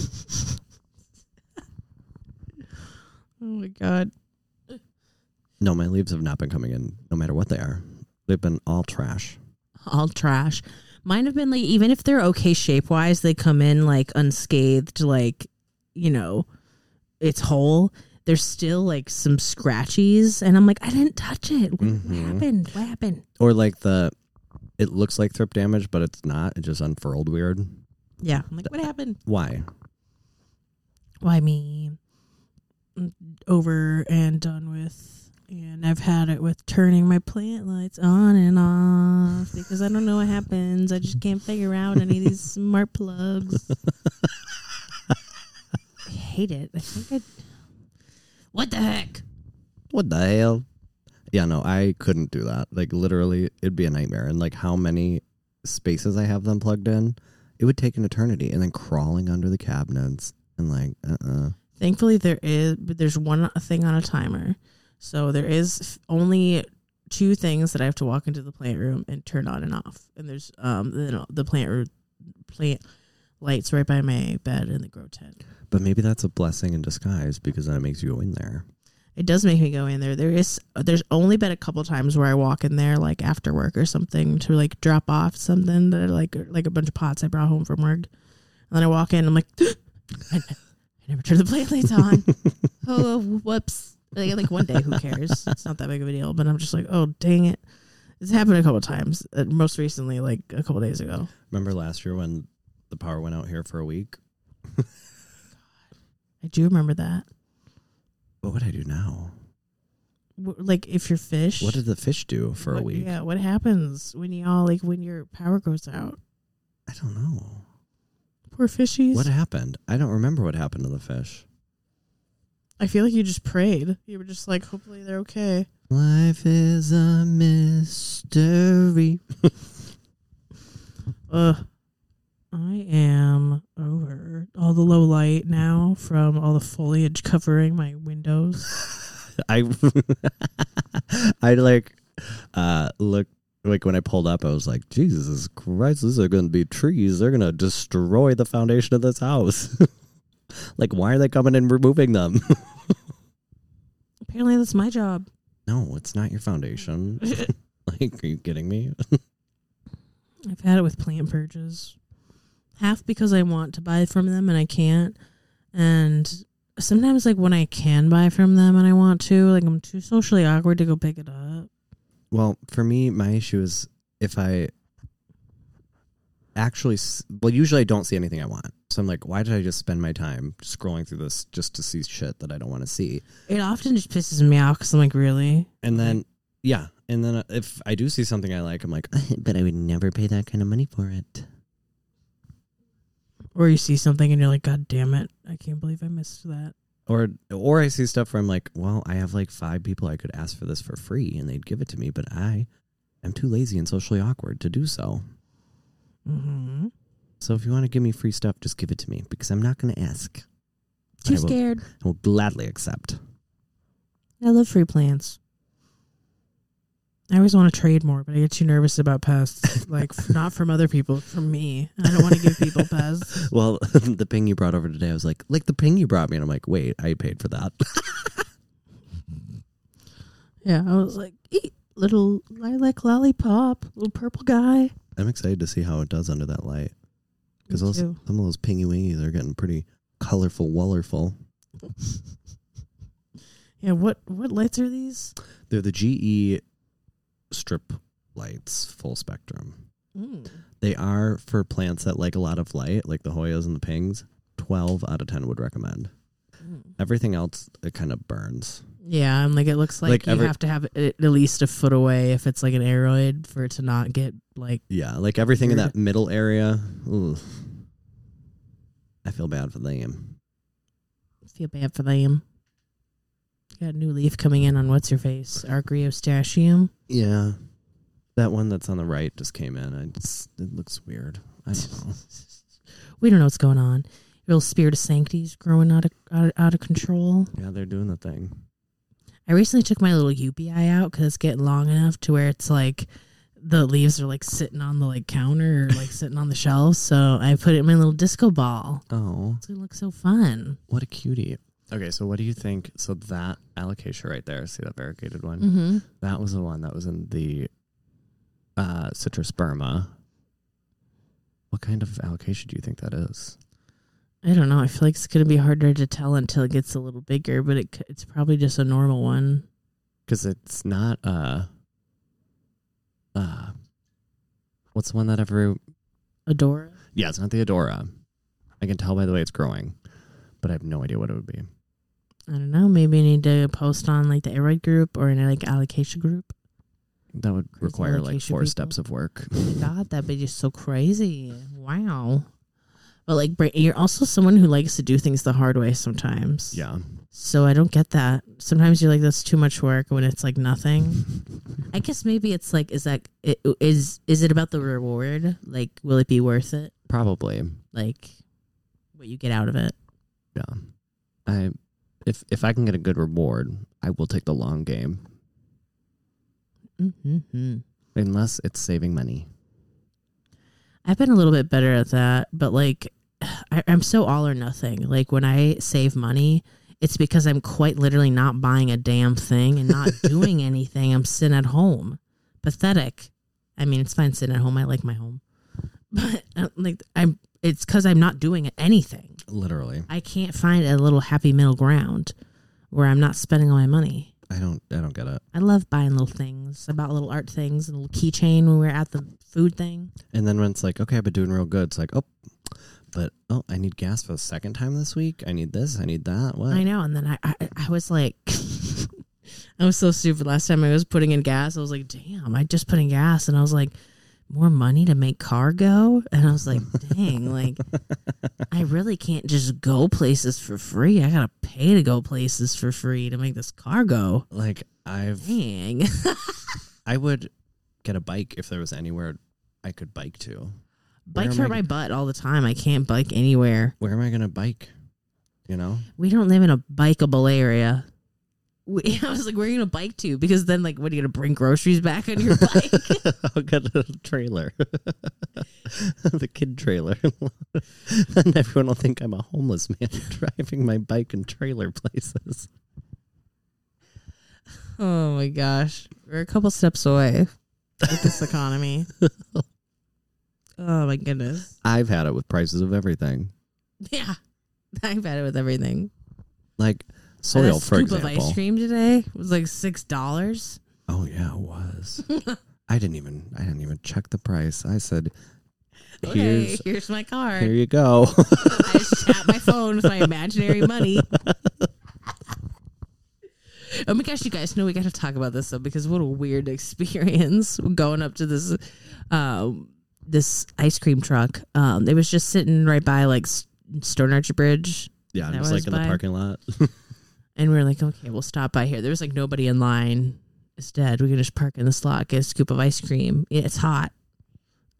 Speaker 2: oh my god.
Speaker 1: No, my leaves have not been coming in, no matter what they are. They've been all trash.
Speaker 2: All trash. Mine have been like even if they're okay shape wise, they come in like unscathed, like, you know, it's whole. There's still like some scratchies and I'm like, I didn't touch it. What, what
Speaker 1: Mhm.
Speaker 2: happened? What happened?
Speaker 1: Or like the it looks like thrip damage, but it's not. It just unfurled weird.
Speaker 2: Yeah. I'm like, what happened?
Speaker 1: Why?
Speaker 2: why me mm, over and done with and i've had it with turning my plant lights on and off because i don't know what happens i just can't figure out any of these smart <laughs> plugs i hate it i think i what the heck
Speaker 1: what the hell? Yeah, no, I couldn't do that. Like literally, it'd be a nightmare. And like how many spaces I have them plugged in, it would take an eternity. And then crawling under the cabinets and like, uh, uh
Speaker 2: Thankfully, there is but there's one thing on a timer, so there is f- only two things that I have to walk into the plant room and turn on and off. And there's um the, the plant room plant lights right by my bed in the grow tent.
Speaker 1: But maybe that's a blessing in disguise because then it makes you go in there.
Speaker 2: It does make me go in there. There is there's only been a couple times where I walk in there like after work or something to like drop off something that are like like a bunch of pots I brought home from work. And then I walk in, I'm like <gasps> I, I never turned the <laughs> plate lights
Speaker 1: <laughs>
Speaker 2: on. oh whoops. Like, like one day, who cares? It's not that big of a deal. But I'm just like, oh dang it. It's happened a couple times. Uh, most recently, like a couple days ago.
Speaker 1: Remember last year when the power went out here for a week?
Speaker 2: I do remember that.
Speaker 1: What would I do now?
Speaker 2: W- Like if you're fish,
Speaker 1: What did the fish do for a
Speaker 2: what-
Speaker 1: week?
Speaker 2: Yeah, what happens when y'all like when your power goes out?
Speaker 1: I don't know.
Speaker 2: Poor fishies.
Speaker 1: What happened? I don't remember what happened to the fish.
Speaker 2: I feel like you just prayed. You were just like, hopefully they're okay.
Speaker 1: Life is a mystery.
Speaker 2: Ugh. I am over all the low light now from all the foliage covering my windows.
Speaker 1: I <laughs> I like uh look like when I pulled up I was like, Jesus Christ, these are gonna be trees. They're gonna destroy the foundation of this house. <laughs> like why are they coming and removing them? <laughs>
Speaker 2: Apparently, that's my job.
Speaker 1: no, it's not
Speaker 2: <laughs>
Speaker 1: your foundation. <laughs> like, are you kidding me? <laughs>
Speaker 2: I've had it with plant purges. Half because I want to buy from them and I can't. And sometimes, like, when I can buy from them and I want to, like, I'm too socially awkward to go pick it up.
Speaker 1: Well, for me, my issue is if I actually, s- well, usually I don't see anything I want. So I'm like, why did I just spend my time scrolling through this just to see shit that I don't want to see?
Speaker 2: It often just pisses me off because I'm like, really?
Speaker 1: And then,
Speaker 2: Mm-hmm.
Speaker 1: yeah. And then uh, if I do see something I like, I'm like, <laughs> but I would never pay that kind of money for it.
Speaker 2: Or you see something and you're like, God damn it. I can't believe I missed that.
Speaker 1: Or, or I see stuff where I'm like, well, I have like five people I could ask for this for free and they'd give it to me, but I am too lazy and socially awkward to do so.
Speaker 2: Mm-hmm.
Speaker 1: So if you want to give me free stuff, just give it to me because I'm not going to ask. I
Speaker 2: Too
Speaker 1: will-
Speaker 2: scared.
Speaker 1: I will gladly accept. <laughs>
Speaker 2: I love free plants. I always want to trade more, but I get too nervous about
Speaker 1: <laughs>
Speaker 2: pests. like, f- not from other people, from me. I don't want to give
Speaker 1: <laughs>
Speaker 2: people pests.
Speaker 1: Well, the ping you brought over today, I was like, like the ping you brought me, and I'm like, wait, I paid for that. <laughs>
Speaker 2: Yeah, I was like, eat little lilac lollipop, little purple guy.
Speaker 1: I'm excited to see how it does under that light because
Speaker 2: Me
Speaker 1: those
Speaker 2: too.
Speaker 1: <laughs> some of those pingy wingies are getting pretty colorful, wallerful.
Speaker 2: Yeah, what what lights are these?
Speaker 1: They're the GE strip lights, full spectrum.
Speaker 2: Mm.
Speaker 1: They are for plants that like a lot of light, like the hoyas and the pings. Twelve out of ten would recommend.
Speaker 2: Mm.
Speaker 1: Everything else, it kind of burns.
Speaker 2: Yeah, I'm like, it looks like,
Speaker 1: Like
Speaker 2: you
Speaker 1: every-
Speaker 2: have to have it at least a foot away if it's like an aeroid for it to not get like.
Speaker 1: Yeah, like everything in
Speaker 2: Weird.
Speaker 1: that middle area. Ooh, I feel bad for them.
Speaker 2: Feel bad for them. Got a new leaf coming in on what's your face? Archriostachium.
Speaker 1: Yeah. That one that's on the right just came in. I just, it looks weird. I don't know.
Speaker 2: <laughs> We don't know what's going on. Your little spirit of sanctity's growing out of, out of out of control.
Speaker 1: Yeah, they're doing the thing.
Speaker 2: I recently took my little UPI out because it's getting long enough to where it's like the leaves are like sitting on the like counter or like sitting on the shelf. So I put it in my little disco ball.
Speaker 1: Oh,
Speaker 2: It's gonna look so fun.
Speaker 1: what a cutie. Okay, so what do you think? So that alocasia right there, see that variegated one?
Speaker 2: Mm-hmm.
Speaker 1: That was the one that was in the uh, citrusperma. What kind of alocasia do you think that is?
Speaker 2: I don't know. I feel like it's gonna be harder to tell until it gets a little bigger, but it c- it's probably just a normal one.
Speaker 1: Because it's not uh, uh, what's the one that every
Speaker 2: Adora.
Speaker 1: Yeah, it's not the Adora. I can tell by the way it's growing, but I have no idea what it would be.
Speaker 2: I don't know. Maybe I need to post on like the Aeroid group or in like allocation group.
Speaker 1: That would
Speaker 2: Crazy
Speaker 1: require like
Speaker 2: location
Speaker 1: four
Speaker 2: people.
Speaker 1: steps of work.
Speaker 2: God, that'd be just so crazy. Wow. But like, Bra- you're also someone who likes to do things the hard way sometimes.
Speaker 1: <laughs> Yeah.
Speaker 2: So I don't get that. Sometimes you're like, that's too much work when it's like nothing.
Speaker 1: <laughs>
Speaker 2: I guess maybe it's like, is that it, is is it about the reward? Like, will it be worth it?
Speaker 1: Probably.
Speaker 2: Like, what you get out of it?
Speaker 1: Yeah. I if if I can get a good reward, I will take the long game.
Speaker 2: Mm-hmm.
Speaker 1: Unless it's saving money.
Speaker 2: I've been a little bit better at that, but like <sighs> I, I'm so all or nothing. Like when I save money, it's because I'm quite literally not buying a damn thing and not doing anything. I'm sitting at home. Pathetic. I mean, it's fine sitting at home. I like my home, <laughs> but uh, like I'm. It's because I'm not doing anything.
Speaker 1: Literally,
Speaker 2: I can't find a little happy middle ground where I'm not spending all my money.
Speaker 1: I don't. I don't get it.
Speaker 2: I love buying little things. I bought little art things and a little keychain when we were at the food thing.
Speaker 1: And then when it's like, okay, I've been doing real good. It's like, oh, but oh, I need gas for the second time this week. I need this. I need that. What?
Speaker 2: I know. And then I, I, I was like, <laughs> I was so stupid last time I was putting in gas. I was like, damn, I just put in gas. And I was like, more money to make car go? And I was like, dang,
Speaker 1: <laughs>
Speaker 2: like, I really can't just go places for free. I got to pay to go places for free to make this car go.
Speaker 1: like I've.
Speaker 2: Dang.
Speaker 1: I would get a bike if there was anywhere I could bike to.
Speaker 2: Bikes
Speaker 1: am I
Speaker 2: hurt my butt all the time. I can't bike anywhere.
Speaker 1: Where am I gonna bike? You know.
Speaker 2: we don't live in a bikeable area. We, <laughs> I was like, where are you going to bike to? Because then, like, what are you going to bring groceries back on your
Speaker 1: <laughs>
Speaker 2: bike?
Speaker 1: I'll get a trailer, <laughs> the kid trailer. <laughs> then everyone will think I'm a homeless man <laughs> driving my bike in trailer places.
Speaker 2: oh my gosh. We're a couple steps away with
Speaker 1: <laughs>
Speaker 2: this economy. oh my
Speaker 1: <laughs>
Speaker 2: goodness.
Speaker 1: I've had it with prices of everything,
Speaker 2: <laughs> Yeah. I've had it with everything.
Speaker 1: like soil,
Speaker 2: a
Speaker 1: for
Speaker 2: scoop of ice
Speaker 1: example.
Speaker 2: cream today was like $6.
Speaker 1: Oh yeah,
Speaker 2: <laughs>
Speaker 1: it was. I didn't even I didn't even check the price. I said,
Speaker 2: Okay,
Speaker 1: "Here's
Speaker 2: here's, my card.
Speaker 1: here you go." <laughs>
Speaker 2: I just tap my phone with my imaginary money. Oh my gosh, you guys know we got to talk about this though because what a weird <laughs> experience going up to this, um, this ice cream truck. Um, it was just sitting right by like S- Stone Arch Bridge,
Speaker 1: yeah, I'm
Speaker 2: That
Speaker 1: just like
Speaker 2: was
Speaker 1: in the
Speaker 2: by-
Speaker 1: parking lot. <laughs>
Speaker 2: and we were like, okay, we'll stop by here. There was like nobody in line. It's dead. We can just park in the slot, get a scoop of ice cream. Yeah, It's hot.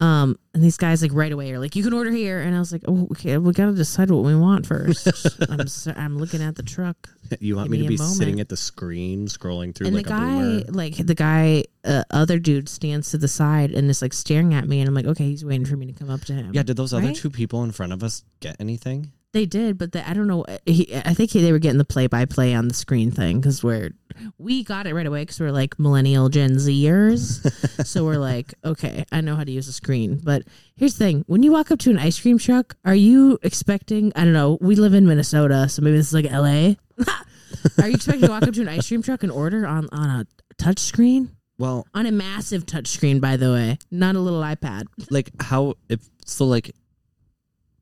Speaker 2: Um, and these guys like right away are like, you can order here, and I was like, oh, okay, we gotta decide what we want
Speaker 1: <laughs>
Speaker 2: first. I'm so, I'm looking at the truck,
Speaker 1: you want
Speaker 2: Give
Speaker 1: me to
Speaker 2: me a
Speaker 1: be
Speaker 2: moment.
Speaker 1: sitting at the screen scrolling through
Speaker 2: and
Speaker 1: like
Speaker 2: the
Speaker 1: a
Speaker 2: guy,
Speaker 1: boomer?
Speaker 2: like the guy, uh, other dude stands to the side and is like staring at me, and I'm like, okay, he's waiting for me to come up to him.
Speaker 1: Yeah, did those other
Speaker 2: right?
Speaker 1: two people in front of us get anything?
Speaker 2: They did, but the, I don't know. eh, He, I think he, they were getting the play-by-play on the screen thing because we're we got it right away because we're like millennial Gen Zers, so we're like, okay, I know how to use a screen. But here's the thing: when you walk up to an ice cream truck, are you expecting? I don't know. We live in Minnesota, so maybe this is like L.A. <laughs> are you expecting to walk up to an ice cream truck and order on on a touch screen?
Speaker 1: Well,
Speaker 2: On a massive touch screen, by the way, not a little iPad.
Speaker 1: like how if so like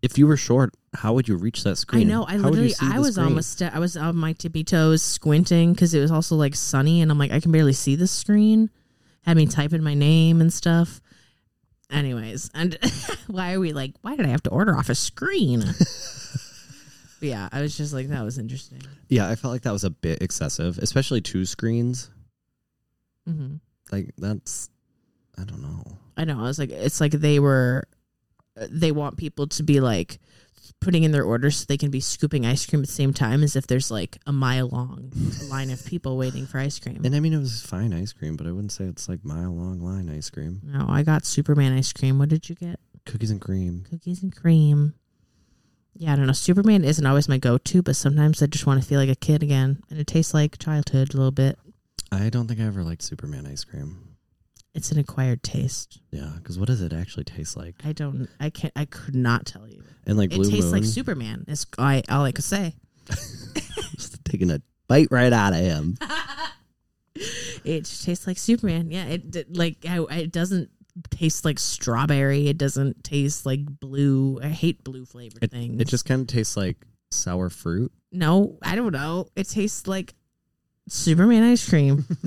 Speaker 1: if you were short, how would you reach that screen?
Speaker 2: I know. I
Speaker 1: How would you
Speaker 2: literally,
Speaker 1: see
Speaker 2: I
Speaker 1: the
Speaker 2: was
Speaker 1: screen?
Speaker 2: almost, I was on my tippy toes squinting because it was also like sunny, and I'm like, I can barely see the screen. Had me type in my name and stuff. Anyways, and <laughs> why are we like? Why did I have to order off a screen? <laughs> But yeah, I was just like, that was interesting.
Speaker 1: Yeah, I felt like that was a bit excessive, especially two screens.
Speaker 2: hmm
Speaker 1: Like that's I don't know.
Speaker 2: I know. I was like, it's like they were, they want people to be like putting in their orders so they can be scooping ice cream at the same time as if there's like a mile long line of people waiting for ice cream.
Speaker 1: And I mean it was fine ice cream, but I wouldn't say it's like mile long line ice cream.
Speaker 2: No, I got Superman ice cream. What did you get?
Speaker 1: Cookies and cream.
Speaker 2: Cookies and cream. Yeah, I don't know. Superman isn't always my go to, but sometimes I just want to feel like a kid again. And it tastes like childhood a little bit.
Speaker 1: I don't think I ever liked Superman ice cream.
Speaker 2: It's an acquired taste.
Speaker 1: Yeah, because what does it actually taste like?
Speaker 2: I don't, I can't, I could not tell you.
Speaker 1: And like
Speaker 2: It
Speaker 1: Blue
Speaker 2: tastes
Speaker 1: Moon,
Speaker 2: like Superman. It's I, all I could say.
Speaker 1: just <laughs> taking a bite right out of him.
Speaker 2: It just tastes like Superman. Yeah, it d- like I, I- it doesn't taste like strawberry. It doesn't taste like blue. I hate blue flavored
Speaker 1: It,
Speaker 2: things.
Speaker 1: it just kind of tastes like sour fruit.
Speaker 2: No, I don't know. It tastes like Superman ice cream.
Speaker 1: <laughs>
Speaker 2: <laughs>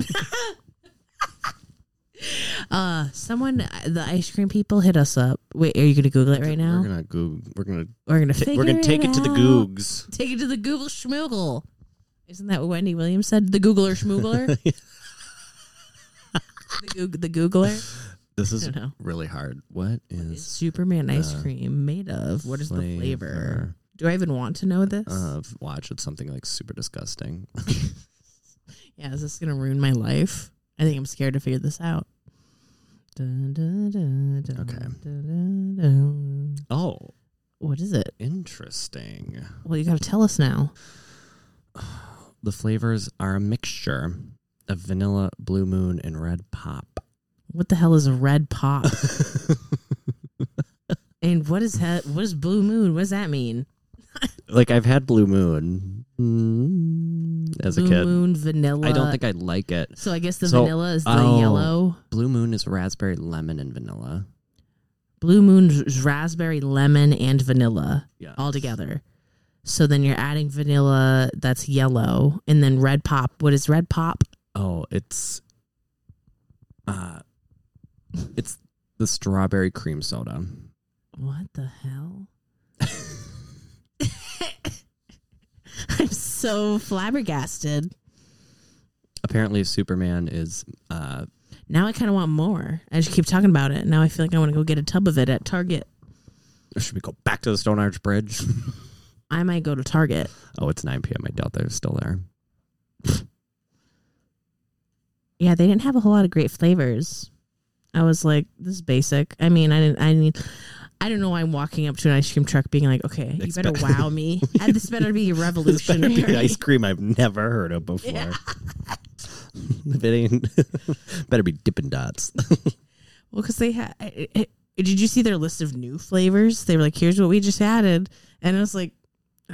Speaker 2: uh, someone, the ice cream people, hit us up. Wait, are you gonna Google it right now?
Speaker 1: We're gonna go. We're gonna.
Speaker 2: We're gonna,
Speaker 1: ta- we're
Speaker 2: figure
Speaker 1: gonna take it, to the
Speaker 2: out.
Speaker 1: Googs. <laughs>
Speaker 2: Take it to the Google schmoogle. Isn't that what Wendy Williams said? The Googler
Speaker 1: <laughs>
Speaker 2: schmoogler. the, Goog- the Googler.
Speaker 1: This is <laughs>
Speaker 2: don't know.
Speaker 1: really hard. What
Speaker 2: Is
Speaker 1: is
Speaker 2: Superman ice
Speaker 1: the
Speaker 2: cream made of? What is the flavor? Do I even want to know this?
Speaker 1: Of watch, it's something like super disgusting.
Speaker 2: Yeah, is this gonna ruin my life? I think I'm scared to figure this out. Dun, dun, dun, dun,
Speaker 1: Okay.
Speaker 2: dun, dun, dun.
Speaker 1: Oh,
Speaker 2: What is it?
Speaker 1: Interesting.
Speaker 2: Well, you got to tell us now.
Speaker 1: The flavors are a mixture of vanilla, blue moon, and red pop. <laughs>
Speaker 2: What the hell is a red pop? and what is he- what is blue moon? What does that mean?
Speaker 1: like I've had blue moon mm, as
Speaker 2: blue
Speaker 1: a kid.
Speaker 2: moon vanilla.
Speaker 1: I don't think I like it.
Speaker 2: So I guess the
Speaker 1: So-
Speaker 2: vanilla is the
Speaker 1: oh.
Speaker 2: yellow.
Speaker 1: Blue moon is raspberry, lemon, and vanilla.
Speaker 2: Blue moon is raspberry, lemon, and vanilla
Speaker 1: Yeah.
Speaker 2: all together. So then you're adding vanilla that's yellow, and then red pop. What is red pop?
Speaker 1: Oh, it's uh it's the strawberry cream soda.
Speaker 2: What the hell? <laughs> I'm so flabbergasted.
Speaker 1: Apparently Superman is uh
Speaker 2: Now I kind of want more. I just keep talking about it. Now I feel like I want to go get a tub of it at Target.
Speaker 1: should we go back to the Stone Arch Bridge? <laughs>
Speaker 2: I might go to Target.
Speaker 1: oh, it's 9 p.m. I doubt they're still there.
Speaker 2: Yeah, they didn't have a whole lot of great flavors. I was like, this is basic. I mean, I didn't. I mean, I don't know why I'm walking up to an ice cream truck being like, okay, you better
Speaker 1: Expect-
Speaker 2: wow <laughs> me. And this better be
Speaker 1: <laughs> This better
Speaker 2: revolutionary.
Speaker 1: be ice cream I've never heard of before.
Speaker 2: Yeah.
Speaker 1: <laughs> if it ain't <laughs> better be dipping <laughs> dots.
Speaker 2: Well, because they had. Did you see their list of new flavors? They were like, "Here's what we just added," and I was like,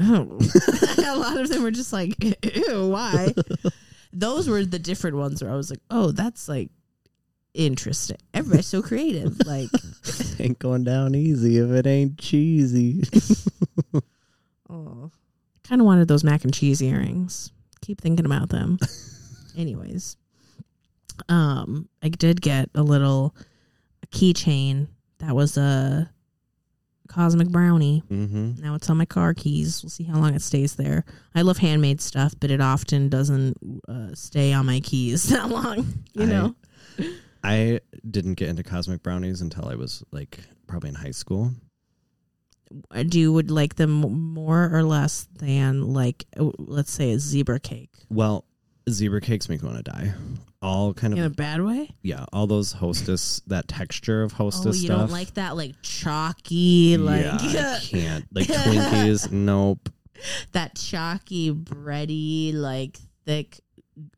Speaker 2: "Oh." <laughs> a lot of them were just like, <laughs> "Ew, why?" Those were the different ones where I was like, "Oh, that's like interesting. Everybody's so creative." Like,
Speaker 1: ain't going down easy if it ain't cheesy.
Speaker 2: oh, kind of wanted those mac and cheese earrings. Keep thinking about them. Anyways, um, I did get a little keychain that was a cosmic brownie.
Speaker 1: mm-hmm.
Speaker 2: Now it's on my car keys. We'll see how long it stays there. I love handmade stuff, but it often doesn't uh, stay on my keys <laughs> that long. You
Speaker 1: I-
Speaker 2: know,
Speaker 1: I didn't get into cosmic brownies until I was like probably in high school.
Speaker 2: I do would like them more or less than like uh, let's say a zebra cake
Speaker 1: Well, zebra cakes make me want to die. All kind of
Speaker 2: in
Speaker 1: yeah.
Speaker 2: a bad way.
Speaker 1: all
Speaker 2: <laughs>
Speaker 1: those hostess that texture of hostess
Speaker 2: Oh, you
Speaker 1: stuff.
Speaker 2: don't like that like chalky like
Speaker 1: yeah, I can't like Twinkies. nope.
Speaker 2: <laughs> that chalky bready like thick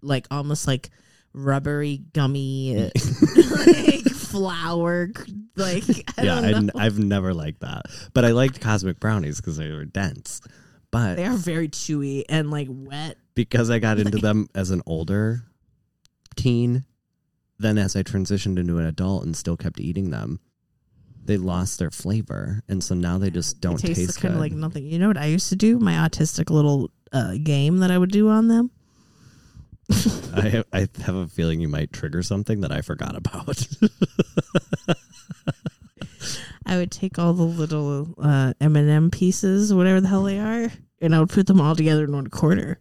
Speaker 2: like almost like rubbery gummy <laughs> like flour like I
Speaker 1: <laughs> yeah,
Speaker 2: don't
Speaker 1: I
Speaker 2: know.
Speaker 1: n- I've never liked that. But I liked cosmic brownies because they were dense. But
Speaker 2: They are very chewy and like wet.
Speaker 1: because I
Speaker 2: <laughs>
Speaker 1: got into them as an older teen, then as I transitioned into an adult and still kept eating them, they lost their flavor, and so now they just don't
Speaker 2: Tastes
Speaker 1: taste
Speaker 2: kind
Speaker 1: good.
Speaker 2: of like nothing. You know what I used to do? My autistic little uh, game that I would do on them.
Speaker 1: I have, I have a feeling you might trigger something that I forgot about. <laughs>
Speaker 2: I would take all the little uh, M&M pieces, whatever the hell they are, and I would put them all together in one
Speaker 1: <laughs>
Speaker 2: quarter.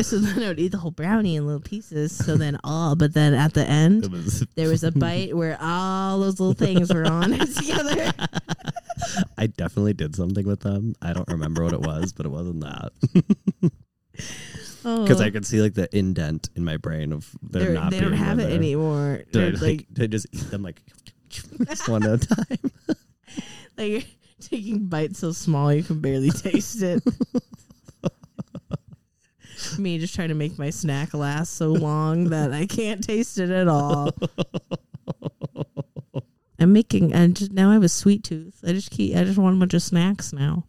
Speaker 2: so then I would eat the whole brownie in little pieces. So then all, but then at the end,
Speaker 1: it was
Speaker 2: there
Speaker 1: <laughs>
Speaker 2: was a bite where all those little things were on <laughs> it
Speaker 1: <laughs>
Speaker 2: together.
Speaker 1: I definitely did something with them. I don't remember what it was, but it wasn't that
Speaker 2: <laughs>
Speaker 1: because I could see like the indent in my brain of they're,
Speaker 2: Oh, They're-
Speaker 1: not.
Speaker 2: they don't
Speaker 1: being
Speaker 2: have
Speaker 1: in
Speaker 2: it
Speaker 1: there.
Speaker 2: anymore.
Speaker 1: Did I,
Speaker 2: They're,
Speaker 1: like, did I just eat them like <laughs> just one at a time?
Speaker 2: Like <laughs> you're taking bites so small you can barely taste it. Me just trying to make my snack last so long that I can't taste it at all. I'm making and just, now I have a sweet tooth. I just keep I just want a bunch of snacks now.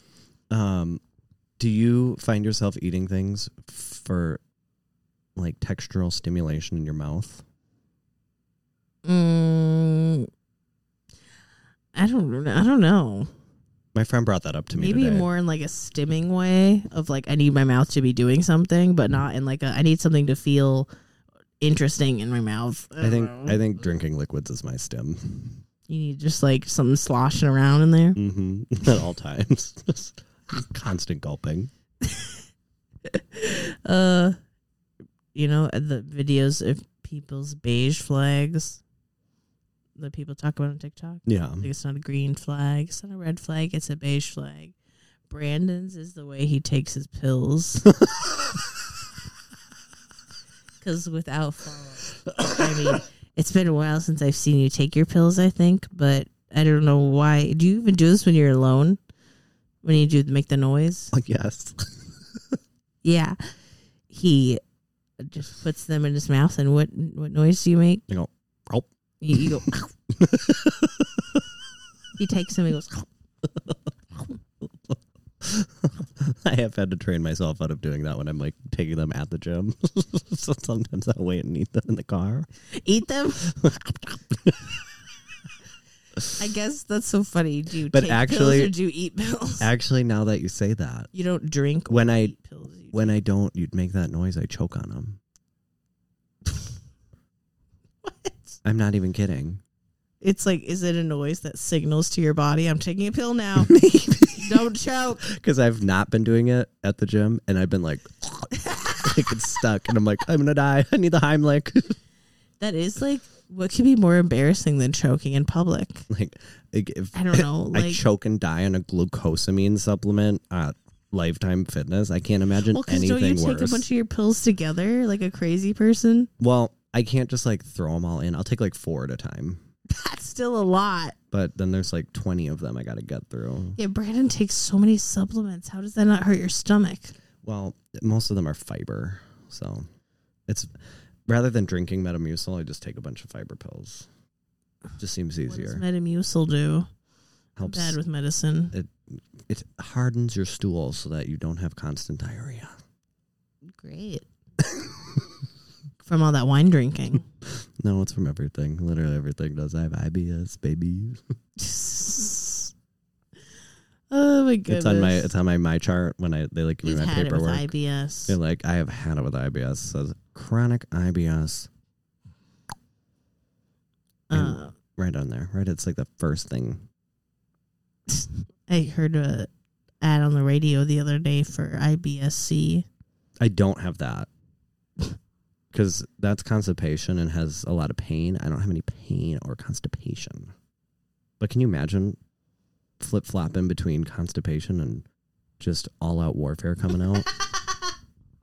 Speaker 1: Um, do you find yourself eating things for like textural stimulation in your mouth?
Speaker 2: Mm, I don't I don't know.
Speaker 1: My friend brought that up to me
Speaker 2: Maybe
Speaker 1: today.
Speaker 2: more in like a stimming way of like I need my mouth to be doing something, but not in like a I need something to feel interesting in my mouth.
Speaker 1: I think
Speaker 2: don't know.
Speaker 1: I think drinking liquids is my stim
Speaker 2: you need just like something sloshing around in there.
Speaker 1: hmm <laughs> at all times. <laughs> Just Constant gulping.
Speaker 2: Uh, you know uh, the videos of people's beige flags that people talk about on TikTok.
Speaker 1: Yeah,
Speaker 2: Like it's not a green flag, it's not a red flag, it's a beige flag. Brandon's is the way he takes his pills. Because without follow, I mean, it's been a while since I've seen you take your pills. I think, but I don't know why. Do you even do this when you're alone? When you do make the noise?
Speaker 1: Like, yes.
Speaker 2: Yeah. He just puts them in his mouth, and what what noise do you make?
Speaker 1: I go, "Gulp." <laughs>
Speaker 2: You, you go. <laughs> he takes them and goes.
Speaker 1: I have had to train myself out of doing that when I'm like taking them at the gym. <laughs> so sometimes I'll wait and eat them in the car.
Speaker 2: eat them. I guess that's so funny. Do you
Speaker 1: But
Speaker 2: take
Speaker 1: actually-
Speaker 2: pills or do you eat pills?
Speaker 1: Actually, now that you say that,
Speaker 2: you don't drink or
Speaker 1: When I-
Speaker 2: eat pills. You
Speaker 1: when I don't, you'd make that noise. I choke on them.
Speaker 2: what?
Speaker 1: I'm not even kidding.
Speaker 2: It's like, is it a noise that signals to your body, I'm taking a pill
Speaker 1: <laughs>
Speaker 2: now? don't choke.
Speaker 1: Because I've not been doing it at the gym, and I've been like, <laughs> like it's stuck, and I'm like, I'm gonna die. I need the Heimlich. <laughs>
Speaker 2: That is like, what could be more embarrassing than choking in public?
Speaker 1: like, like, if
Speaker 2: I don't know.
Speaker 1: <laughs> I
Speaker 2: Like,
Speaker 1: choke and die on a glucosamine supplement at Lifetime Fitness, I can't imagine
Speaker 2: well, because
Speaker 1: anything
Speaker 2: don't you take
Speaker 1: worse.
Speaker 2: a bunch of your pills together like a crazy person?
Speaker 1: well, I can't just like throw them all in. I'll take like four at a time.
Speaker 2: That's still a lot.
Speaker 1: But then there's like 20 of them I got to get through.
Speaker 2: Yeah, Brandon takes so many supplements. How does that not hurt your stomach?
Speaker 1: Well, most of them are fiber. So it's rather than drinking Metamucil, I just take a bunch of fiber pills. Just seems easier.
Speaker 2: What does Metamucil do? I'm
Speaker 1: Helps.
Speaker 2: Bad with medicine.
Speaker 1: It hardens your stool so that you don't have constant diarrhea.
Speaker 2: Great. <laughs> From all that wine <laughs> drinking.
Speaker 1: No, it's from everything. Literally everything does. I have IBS, baby.
Speaker 2: oh my goodness.
Speaker 1: It's on my it's on my my chart when I they like give
Speaker 2: You've
Speaker 1: me my
Speaker 2: had it with
Speaker 1: paperwork.
Speaker 2: IBS.
Speaker 1: They're like, I have had it with IBS. It says chronic IBS
Speaker 2: Uh,
Speaker 1: right on there. Right, it's like the first thing.
Speaker 2: I heard a ad on the radio the other day for IBSC.
Speaker 1: I don't have that <laughs> because that's constipation and has a lot of pain. I don't have any pain or constipation. But can you imagine flip flopping between constipation and just all out warfare coming
Speaker 2: <laughs>
Speaker 1: out?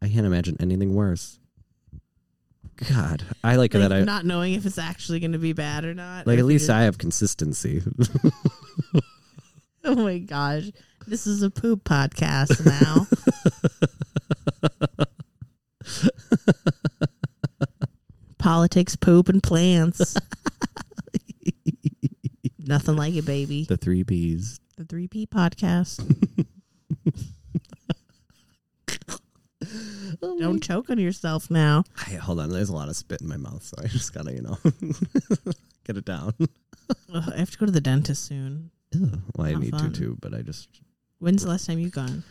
Speaker 1: I can't imagine anything worse. God, I like,
Speaker 2: Like,
Speaker 1: that. I
Speaker 2: not knowing if it's actually going to be bad or not.
Speaker 1: like
Speaker 2: Or
Speaker 1: at
Speaker 2: if
Speaker 1: least
Speaker 2: you-
Speaker 1: I have consistency.
Speaker 2: <laughs> Oh my gosh. This is a poop podcast now.
Speaker 1: <laughs>
Speaker 2: Politics, poop, and plants. Nothing like it, baby.
Speaker 1: the
Speaker 2: <laughs>
Speaker 1: three B's.
Speaker 2: The 3P
Speaker 1: <laughs>
Speaker 2: podcast. Don't choke on yourself now.
Speaker 1: I, hold on, there's a lot of spit in my mouth, so I just gotta, you know, <laughs> get it down.
Speaker 2: Ugh, I have to go to the dentist soon.
Speaker 1: Well, I
Speaker 2: Not
Speaker 1: need
Speaker 2: fun.
Speaker 1: to too, but I just
Speaker 2: When's the last time you've gone?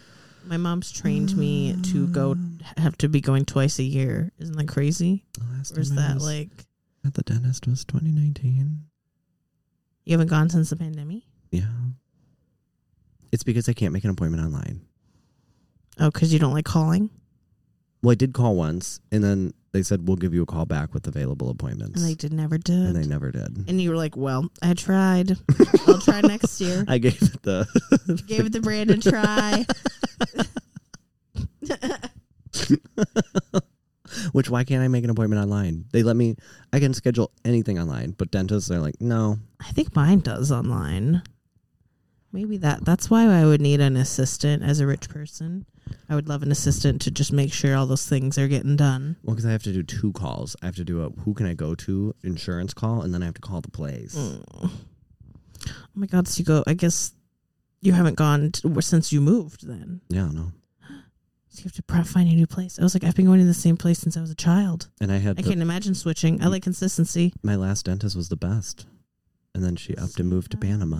Speaker 2: My mom's trained me to go,
Speaker 1: Mm.
Speaker 2: have to be going twice a year. Isn't that crazy?
Speaker 1: the Ah, last
Speaker 2: Or is
Speaker 1: time I
Speaker 2: that
Speaker 1: was
Speaker 2: like.
Speaker 1: at the dentist was 2019.
Speaker 2: You haven't gone since the pandemic?
Speaker 1: Yeah, it's because I can't make an appointment online.
Speaker 2: Oh, because you don't like calling?
Speaker 1: Well, I did call once, and then they said we'll give you a call back with available appointments,
Speaker 2: And they did never did.
Speaker 1: and
Speaker 2: And,
Speaker 1: they never did.
Speaker 2: you were like, well, I
Speaker 1: <laughs>
Speaker 2: tried. I'll try next year.
Speaker 1: I gave it the
Speaker 2: <laughs> Gave it the Brandon try.
Speaker 1: <laughs> Which why can't I make an appointment online? They let me. I can schedule anything online, but dentists are like, no.
Speaker 2: I think mine does online. Maybe that that's why I would need an assistant as a rich person. I would love an assistant to just make sure all those things are getting done.
Speaker 1: Well, because I have to do two calls. I have to do a who can I go to insurance call, and then I have to call the place.
Speaker 2: Oh my god, so you go I guess you haven't gone to, since you moved then.
Speaker 1: Yeah, no.
Speaker 2: So you have to pro- find a new place. I was like, I've been going to the same place since I was a child.
Speaker 1: And I had
Speaker 2: I
Speaker 1: the,
Speaker 2: can't imagine switching. I like consistency.
Speaker 1: my last dentist was the best, and then she upped and moved to Panama.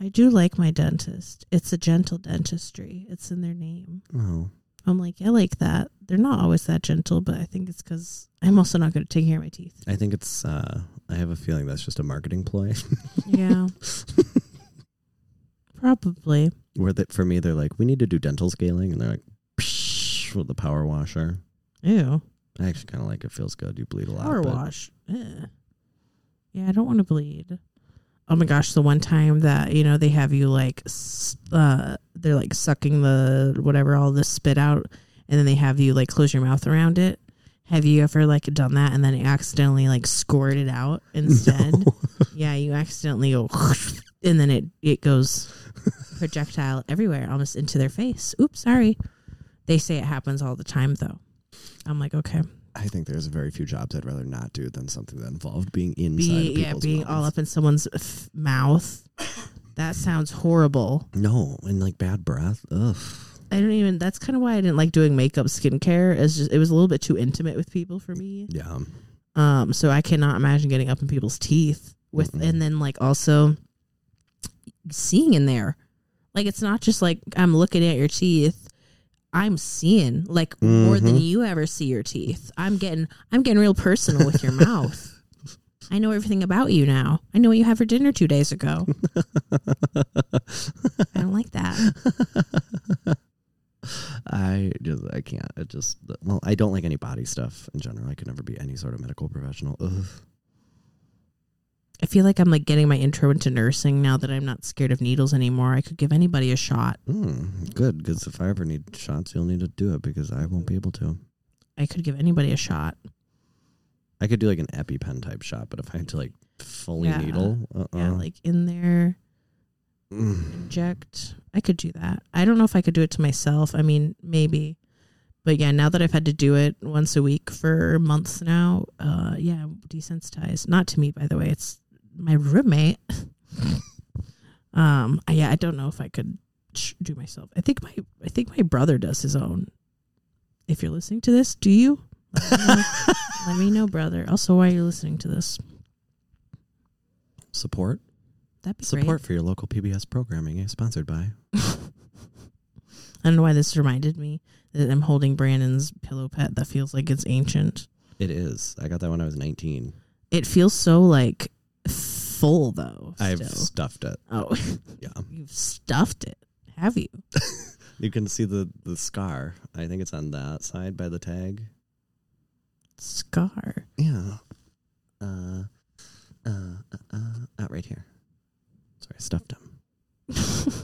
Speaker 2: I do like my dentist. It's a gentle dentistry. It's in their name.
Speaker 1: Oh,
Speaker 2: I'm like, I like that. They're not always that gentle, but I think it's because I'm also not good at taking care of my teeth.
Speaker 1: I think it's. uh I have a feeling that's just a marketing ploy. <laughs>
Speaker 2: Yeah. Probably.
Speaker 1: Where that for me, they're like, we need to do dental scaling, and they're like, Psh, with the power washer.
Speaker 2: Ew.
Speaker 1: I actually kind of like it. Feels good. You bleed a lot.
Speaker 2: Power
Speaker 1: but-
Speaker 2: wash. Ugh. Yeah, I don't want to bleed. Oh my gosh, the one time that, you know, they have you like, s- uh, they're like sucking the whatever, all the spit out, and then they have you like close your mouth around it. Have you ever like done that and then accidentally like squirted
Speaker 1: <laughs>
Speaker 2: out instead?
Speaker 1: No.
Speaker 2: Yeah, you accidentally go <laughs> and then it it goes projectile everywhere, almost into their face. Oops, sorry. They say it happens all the time though. I'm like, okay.
Speaker 1: I think there's very few jobs I'd rather not do than something that involved being inside.
Speaker 2: Be
Speaker 1: of
Speaker 2: yeah,
Speaker 1: people's
Speaker 2: being all
Speaker 1: mouths.
Speaker 2: up in someone's f- mouth. That sounds horrible.
Speaker 1: No, and like bad breath. Ugh.
Speaker 2: I don't even. That's kind of why I didn't like doing makeup, skincare. Is just it was a little bit too intimate with people for me.
Speaker 1: Yeah.
Speaker 2: Um, so I cannot imagine getting up in people's teeth with,
Speaker 1: Mm-mm.
Speaker 2: and then like also seeing in there. Like it's not just like I'm looking at your teeth. I'm seeing like more than
Speaker 1: Mhm.
Speaker 2: you ever see your teeth. I'm getting I'm getting real personal with your
Speaker 1: <laughs>
Speaker 2: mouth. I know everything about you now. I know what you had for dinner two days ago. I don't like that.
Speaker 1: <laughs> I just I can't. It just well, I don't like any body stuff in general. I could never be any sort of medical professional. Ugh.
Speaker 2: I feel like I'm like getting my intro into nursing now that I'm not scared of needles anymore. I could give anybody a shot.
Speaker 1: Mm, good, because if I ever need shots, you'll need to do it because I won't be able to.
Speaker 2: I could give anybody a shot.
Speaker 1: I could do like an EpiPen type shot, but if I had to like fully
Speaker 2: Yeah.
Speaker 1: needle, uh-uh.
Speaker 2: Yeah, like in there,
Speaker 1: Mm. <laughs>
Speaker 2: inject. I could do that. I don't know if I could do it to myself. I mean, maybe. But yeah, now that I've had to do it once a week for months now, uh yeah, I'm desensitized. Not to me, by the way. It's my roommate. <laughs> um, I, yeah, I don't know if I could sh- do myself. I think my I think my brother does his own. If you're listening to this, do you?
Speaker 1: <laughs>
Speaker 2: Let me know, brother. Also, why you're listening to this?
Speaker 1: Support.
Speaker 2: That'd be
Speaker 1: Support
Speaker 2: great.
Speaker 1: for your local PBS programming is sponsored by.
Speaker 2: I don't know why this reminded me that I'm holding Brandon's pillow pet that feels like it's ancient.
Speaker 1: It is. I got that when I was 19.
Speaker 2: It feels so like full though.
Speaker 1: I've
Speaker 2: still.
Speaker 1: stuffed it.
Speaker 2: oh, <laughs>
Speaker 1: Yeah.
Speaker 2: you've stuffed it, have you?
Speaker 1: You can see the, the scar. I think it's on that side by the tag.
Speaker 2: Scar. <laughs>
Speaker 1: Yeah. Uh, uh, uh, uh, out right here. Sorry, I stuffed him.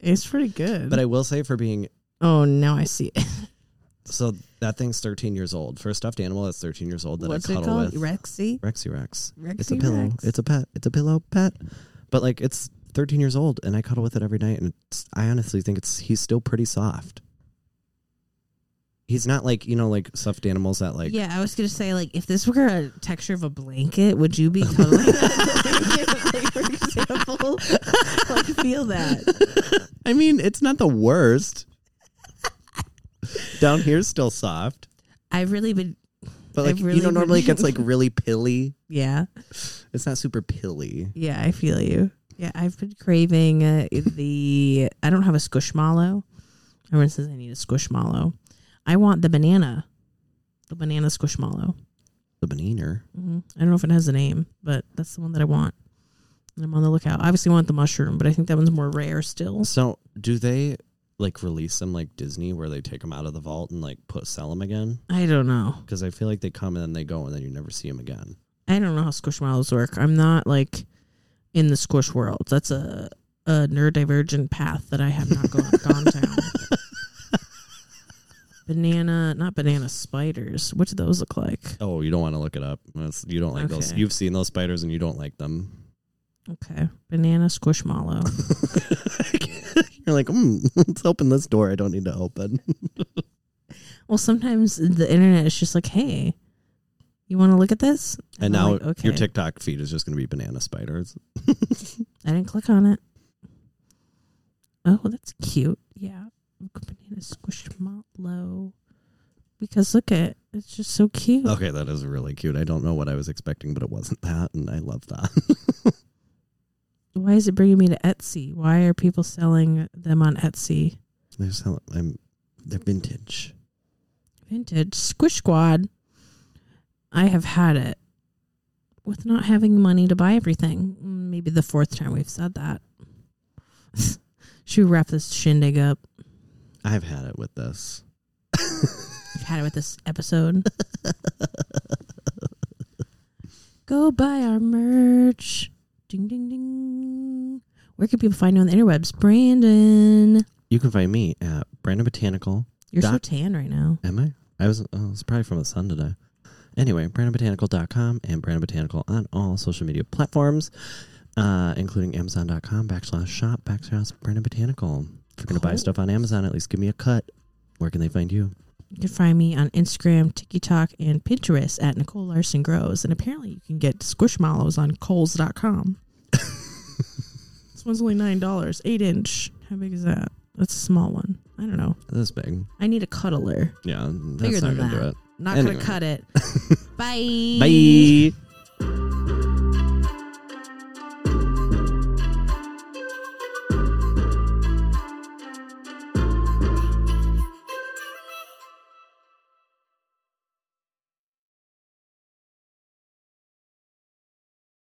Speaker 2: it's pretty good.
Speaker 1: But I will say for being
Speaker 2: oh, now I see it.
Speaker 1: so that thing's 13 years old. For a stuffed animal that's 13 years old that
Speaker 2: What's
Speaker 1: I
Speaker 2: it
Speaker 1: cuddle
Speaker 2: called?
Speaker 1: with.
Speaker 2: Rexy.
Speaker 1: Rexy Rex.
Speaker 2: Rexy.
Speaker 1: It's a pillow.
Speaker 2: Rex?
Speaker 1: It's a pet. It's a pillow pet. But like it's 13 years old and I cuddle with it every night and it's, I honestly think it's he's still pretty soft. He's not like, you know, like stuffed animals that <laughs> like
Speaker 2: yeah, I was gonna say like if this were a texture of a blanket, would you be
Speaker 1: <laughs>
Speaker 2: cuddling? <laughs> like, for example, like feel that.
Speaker 1: I mean, it's not the worst. Down here's still soft.
Speaker 2: I've really been,
Speaker 1: But
Speaker 2: I
Speaker 1: like
Speaker 2: really
Speaker 1: you know normally it
Speaker 2: would-
Speaker 1: gets like really pilly.
Speaker 2: yeah,
Speaker 1: It's not super pilly.
Speaker 2: yeah, I feel you. Yeah, I've been craving uh, the. I don't have a squishmallow. Everyone says I need a squishmallow. I want the banana, the banana squishmallow.
Speaker 1: The banana.
Speaker 2: hmm I don't know if it has a name, but that's the one that I want. And I'm on the lookout. Obviously, I want the mushroom, but I think that one's more rare still.
Speaker 1: So do they like release them like Disney where they take them out of the vault and like put sell them again?
Speaker 2: I don't know.
Speaker 1: Because I feel like they come and then they go and then you never see them again.
Speaker 2: I don't know how squishmallows work. I'm not like in the squish world. That's a a neurodivergent path that I have not gone, gone
Speaker 1: <laughs>
Speaker 2: down. Banana, not banana spiders. What do those look like?
Speaker 1: Oh, you don't want to look it up. That's- you don't like those.
Speaker 2: Okay.
Speaker 1: You've seen those spiders and you don't like them.
Speaker 2: Okay, banana squishmallow.
Speaker 1: <laughs> You're like, <laughs> mm, let's open this door. I don't need to open.
Speaker 2: well, sometimes the internet is just like, hey, you want to look at this?
Speaker 1: And
Speaker 2: I'm
Speaker 1: now
Speaker 2: like, okay,
Speaker 1: your TikTok feed is just going to be banana spiders.
Speaker 2: I didn't click on it. Oh, that's cute. Yeah, banana squishmallow. Because look at it's just so cute.
Speaker 1: Okay, that is really cute. I don't know what I was expecting, but it wasn't that, and I love that. <laughs>
Speaker 2: why is it bringing me to Etsy? Why are people selling them on Etsy?
Speaker 1: They're selling. I'm. They're vintage.
Speaker 2: Vintage Squish Squad. I have had it with not having money to buy everything. Mm, Maybe the fourth time we've said that. <laughs> Should we wrap this shindig up?
Speaker 1: I've had it with this. <laughs>
Speaker 2: We've had it with this episode. <laughs> Go buy our merch. Ding ding ding. Where can people find you on the interwebs? Brandon.
Speaker 1: You can find me at Brandon Botanical.
Speaker 2: You're so
Speaker 1: Doc-
Speaker 2: tan right now.
Speaker 1: Am I? I was, oh, it's probably from the sun today. Anyway, brandonbotanical.com and Brandon Botanical on all social media platforms, uh, including amazon.com backslash shop backslash Brandon Botanical. If you're going to buy
Speaker 2: Cool.
Speaker 1: stuff on Amazon, at least give me a cut. Where can they find you?
Speaker 2: You can find me on Instagram, TikTok, and Pinterest at Nicole Larson Grows. And apparently you can get squishmallows on Kohl's.com. this one's only $9, 8 inch. How big is that? That's a small one. I don't know.
Speaker 1: This big.
Speaker 2: I need a cuddler.
Speaker 1: Yeah, that's
Speaker 2: Bigger than
Speaker 1: not going to do it. <laughs>
Speaker 2: Not
Speaker 1: Anyway.
Speaker 2: going to cut it. Bye.
Speaker 1: Bye.